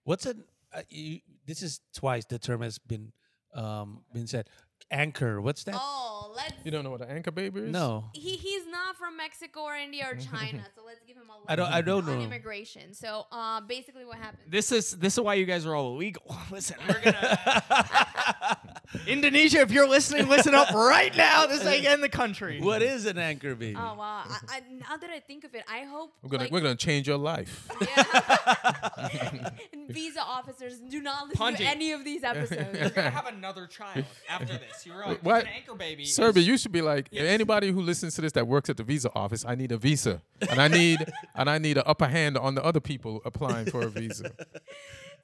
S2: What's an? Uh, you, this is twice the term has been um been said. Anchor. What's that?
S1: oh, let's.
S4: you don't know what an anchor baby is.
S2: no.
S1: He, he's not from Mexico or India or China, so let's give him a
S2: I don't- I
S1: lesson
S2: don't
S1: on
S2: know.
S1: immigration. So uh, basically, what happened?
S3: This is this is why you guys are all illegal. Listen, we're gonna Indonesia. If you're listening, listen up right now. This ain't in the country.
S2: What is an anchor baby?
S1: Oh wow! I, I, now that I think of it, I hope
S4: We're gonna
S1: like,
S4: we're gonna change your life.
S1: Yeah. Visa officers do not listen
S3: Punji.
S1: to any of these episodes.
S3: gonna have another child after this. You're
S4: like, What? an
S3: anchor baby.
S4: Serbia, you should be like
S3: Yes.
S4: anybody who listens to this that works at the visa office. I need a visa, and I need and I need an upper hand on the other people applying for a visa.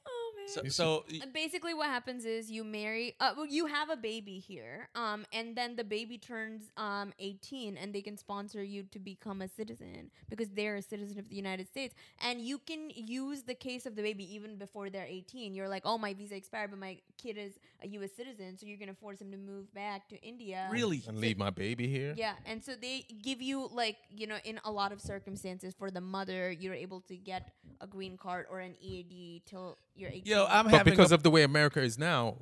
S1: oh man.
S2: so, so y-
S1: Basically, what happens is you marry, uh, well, you have a baby here, um, and then the baby turns um, 18, and they can sponsor you to become a citizen because they're a citizen of the United States. And you can use the case of the baby even before they're 18. You're like, oh, my visa expired, but my kid is a U.S. citizen, so you can force him to move back to India.
S2: really,
S4: And leave my baby here.
S1: Yeah, and so they give you like you know in a lot of circumstances for the mother you're able to get a green card or an EAD till you're 18.
S2: yo, I'm
S4: But
S2: having
S4: because
S2: a,
S4: of the way America is now,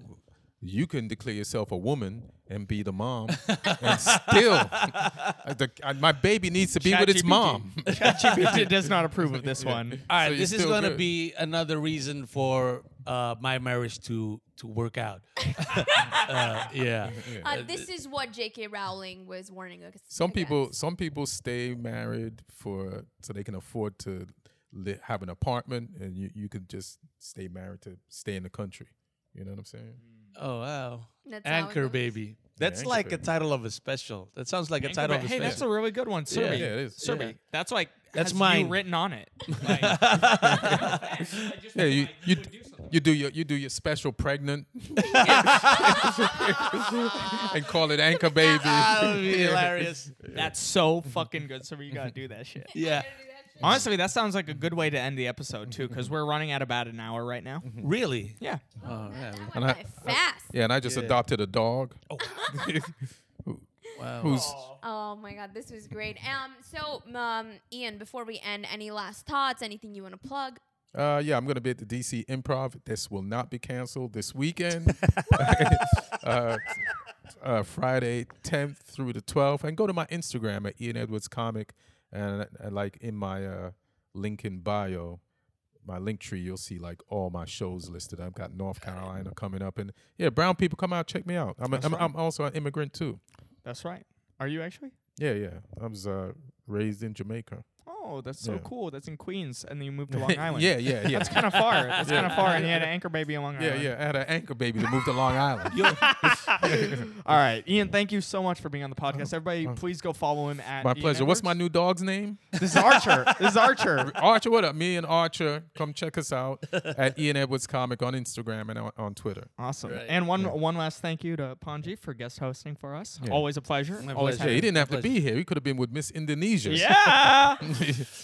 S4: you can declare yourself a woman and be the mom, and still, the, uh, my baby needs to be with its
S3: ChatGPT.
S4: mom.
S3: ChatGPT does not approve of this one.
S2: All right,
S4: So you're
S2: this is
S4: still
S2: gonna
S4: good.
S2: be another reason for uh, my marriage to to work out. uh, yeah.
S1: uh, this is what J.K. Rowling was warning us.
S4: Some people,
S1: against.
S4: some people stay married for so they can afford to li- have an apartment, and you you could just stay married to stay in the country. You know what I'm saying?
S2: Oh wow,
S1: That's how it
S2: anchor
S1: goes.
S2: baby. That's
S4: Anchor
S2: like a
S4: Baby.
S2: title of a special. That sounds like a title of a
S3: hey,
S2: special.
S3: that's a really good one, Serby.
S4: Yeah, it is.
S3: Serby,
S4: Yeah.
S3: that's like
S2: That's
S3: has you
S2: mine.
S3: written on it.
S4: Yeah, you you, d- you do your you do your special pregnant, and call it anchor baby.
S2: Ah, that would be hilarious.
S3: That's so fucking good, Serby. You gotta do that shit.
S2: Yeah,
S3: Honestly, that sounds like a good way to end the episode too, because we're running at about an hour right now.
S2: really.
S3: Yeah.
S2: Oh, yeah.
S1: That
S4: And
S1: went
S4: I-
S1: by fast.
S4: Yeah, and I just adopted a dog.
S2: Wow.
S4: who's
S1: Oh my god, this was great. Um, so um, Ian, before we end, any last thoughts? Anything you want to plug?
S4: Uh, yeah, I'm going to be at the DC Improv. This will not be canceled this weekend. uh, uh, Friday 10th through the 12th. And go to my Instagram at Ian Edwards Comic. And, uh, like in my uh, link in bio, my link tree, you'll see like all my shows listed. I've got North Carolina coming up. And yeah, brown people come out, check me out. I'm, a, I'm, I'm also an immigrant too.
S3: That's right. Are you actually?
S4: Yeah, yeah. I was uh, raised in Jamaica.
S3: Oh, that's so
S4: Yeah.
S3: cool. That's in Queens, and then you moved to Long Island.
S4: yeah, yeah, yeah.
S3: That's kind of far. That's kind of far, and you had an anchor baby in Long
S4: yeah,
S3: Island.
S4: yeah. I had an anchor baby to move to Long Island.
S3: All right, Ian. Thank you so much for being on the podcast. Everybody, please go follow him at.
S2: E
S4: My
S3: Ian
S4: pleasure. What's my
S3: Edwards.
S4: new dog's name?
S3: This is Archer. this is Archer.
S4: Archer, what up? Me and Archer. Come check us out at Ian Edwards Comic on Instagram and on, on Twitter.
S3: Awesome. And one one last thank you to Panji for guest hosting for us. Always a pleasure.
S2: pleasure.
S3: Always
S4: Yeah, he
S3: happy-
S4: didn't have to
S2: Pleasure.
S4: be here. He could have been with Miss Indonesia.
S3: Yeah.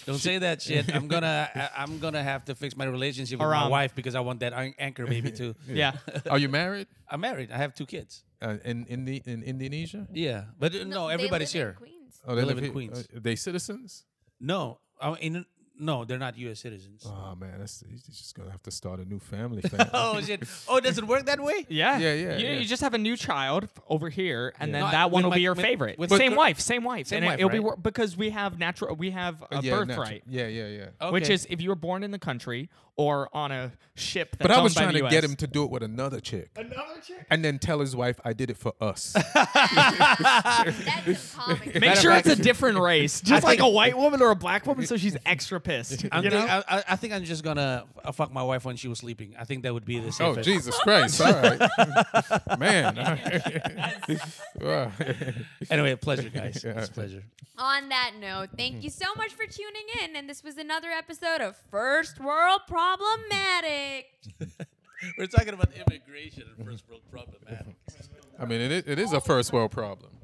S2: Don't say that shit. I'm gonna I, I'm gonna have to fix my relationship with my
S3: Aram.
S2: wife because I want that an- anchor baby too.
S3: yeah.
S4: Are you married?
S2: I'm married. I have two kids.
S4: Uh, in in the in Indonesia?
S2: Yeah, but uh, no,
S1: they
S2: everybody's
S1: live in
S2: here.
S1: Queens.
S4: Oh,
S2: They live in
S4: here-
S2: Queens.
S4: uh, they citizens?
S2: No, I'm in, no, they're not U.S. citizens.
S4: Oh man, that's he's just gonna have to start a new family. fam.
S2: oh shit! Oh, does it work that way?
S3: Yeah.
S4: Yeah, yeah,
S3: You,
S4: yeah.
S3: you just have a new child f- over here, and then
S2: No, I-
S3: that one
S2: with
S3: will
S2: my-
S3: be your
S2: with-
S3: favorite.
S2: with-
S3: same
S2: But-
S3: wife, same wife,
S2: Same
S3: and
S2: wife,
S3: it, will be
S2: right?
S3: wor- because we have natural, we have a
S4: yeah, natu-
S3: birthright.
S4: Yeah, yeah, yeah.
S3: Which
S2: Okay.
S3: is if you were born in the country or on a ship. That's
S4: but I was
S3: owned by
S4: trying
S3: the
S4: to get
S3: US.
S4: him to do it with another chick. Another chick? And then tell his wife I did it for us. Oh,
S1: That's some comic.
S3: Make
S2: Matter
S3: sure
S2: of
S3: it's a different race, just like a white woman or a black woman, so she's extra pissed.
S2: I'm
S3: you
S2: think-
S3: know?
S2: I, I- I think I'm just gonna uh, fuck my wife when she was sleeping. I think that would be the
S4: oh
S2: safest.
S4: Jesus Christ! All right, man. Wow.
S2: Anyway, pleasure, guys.
S4: Yeah.
S2: It's a pleasure.
S1: On that note,
S4: Hmm.
S1: thank you so much for tuning in. And this was another episode of First World Problematic.
S2: We're talking about immigration and first world problematic.
S4: I mean, it is, it is a first world problem.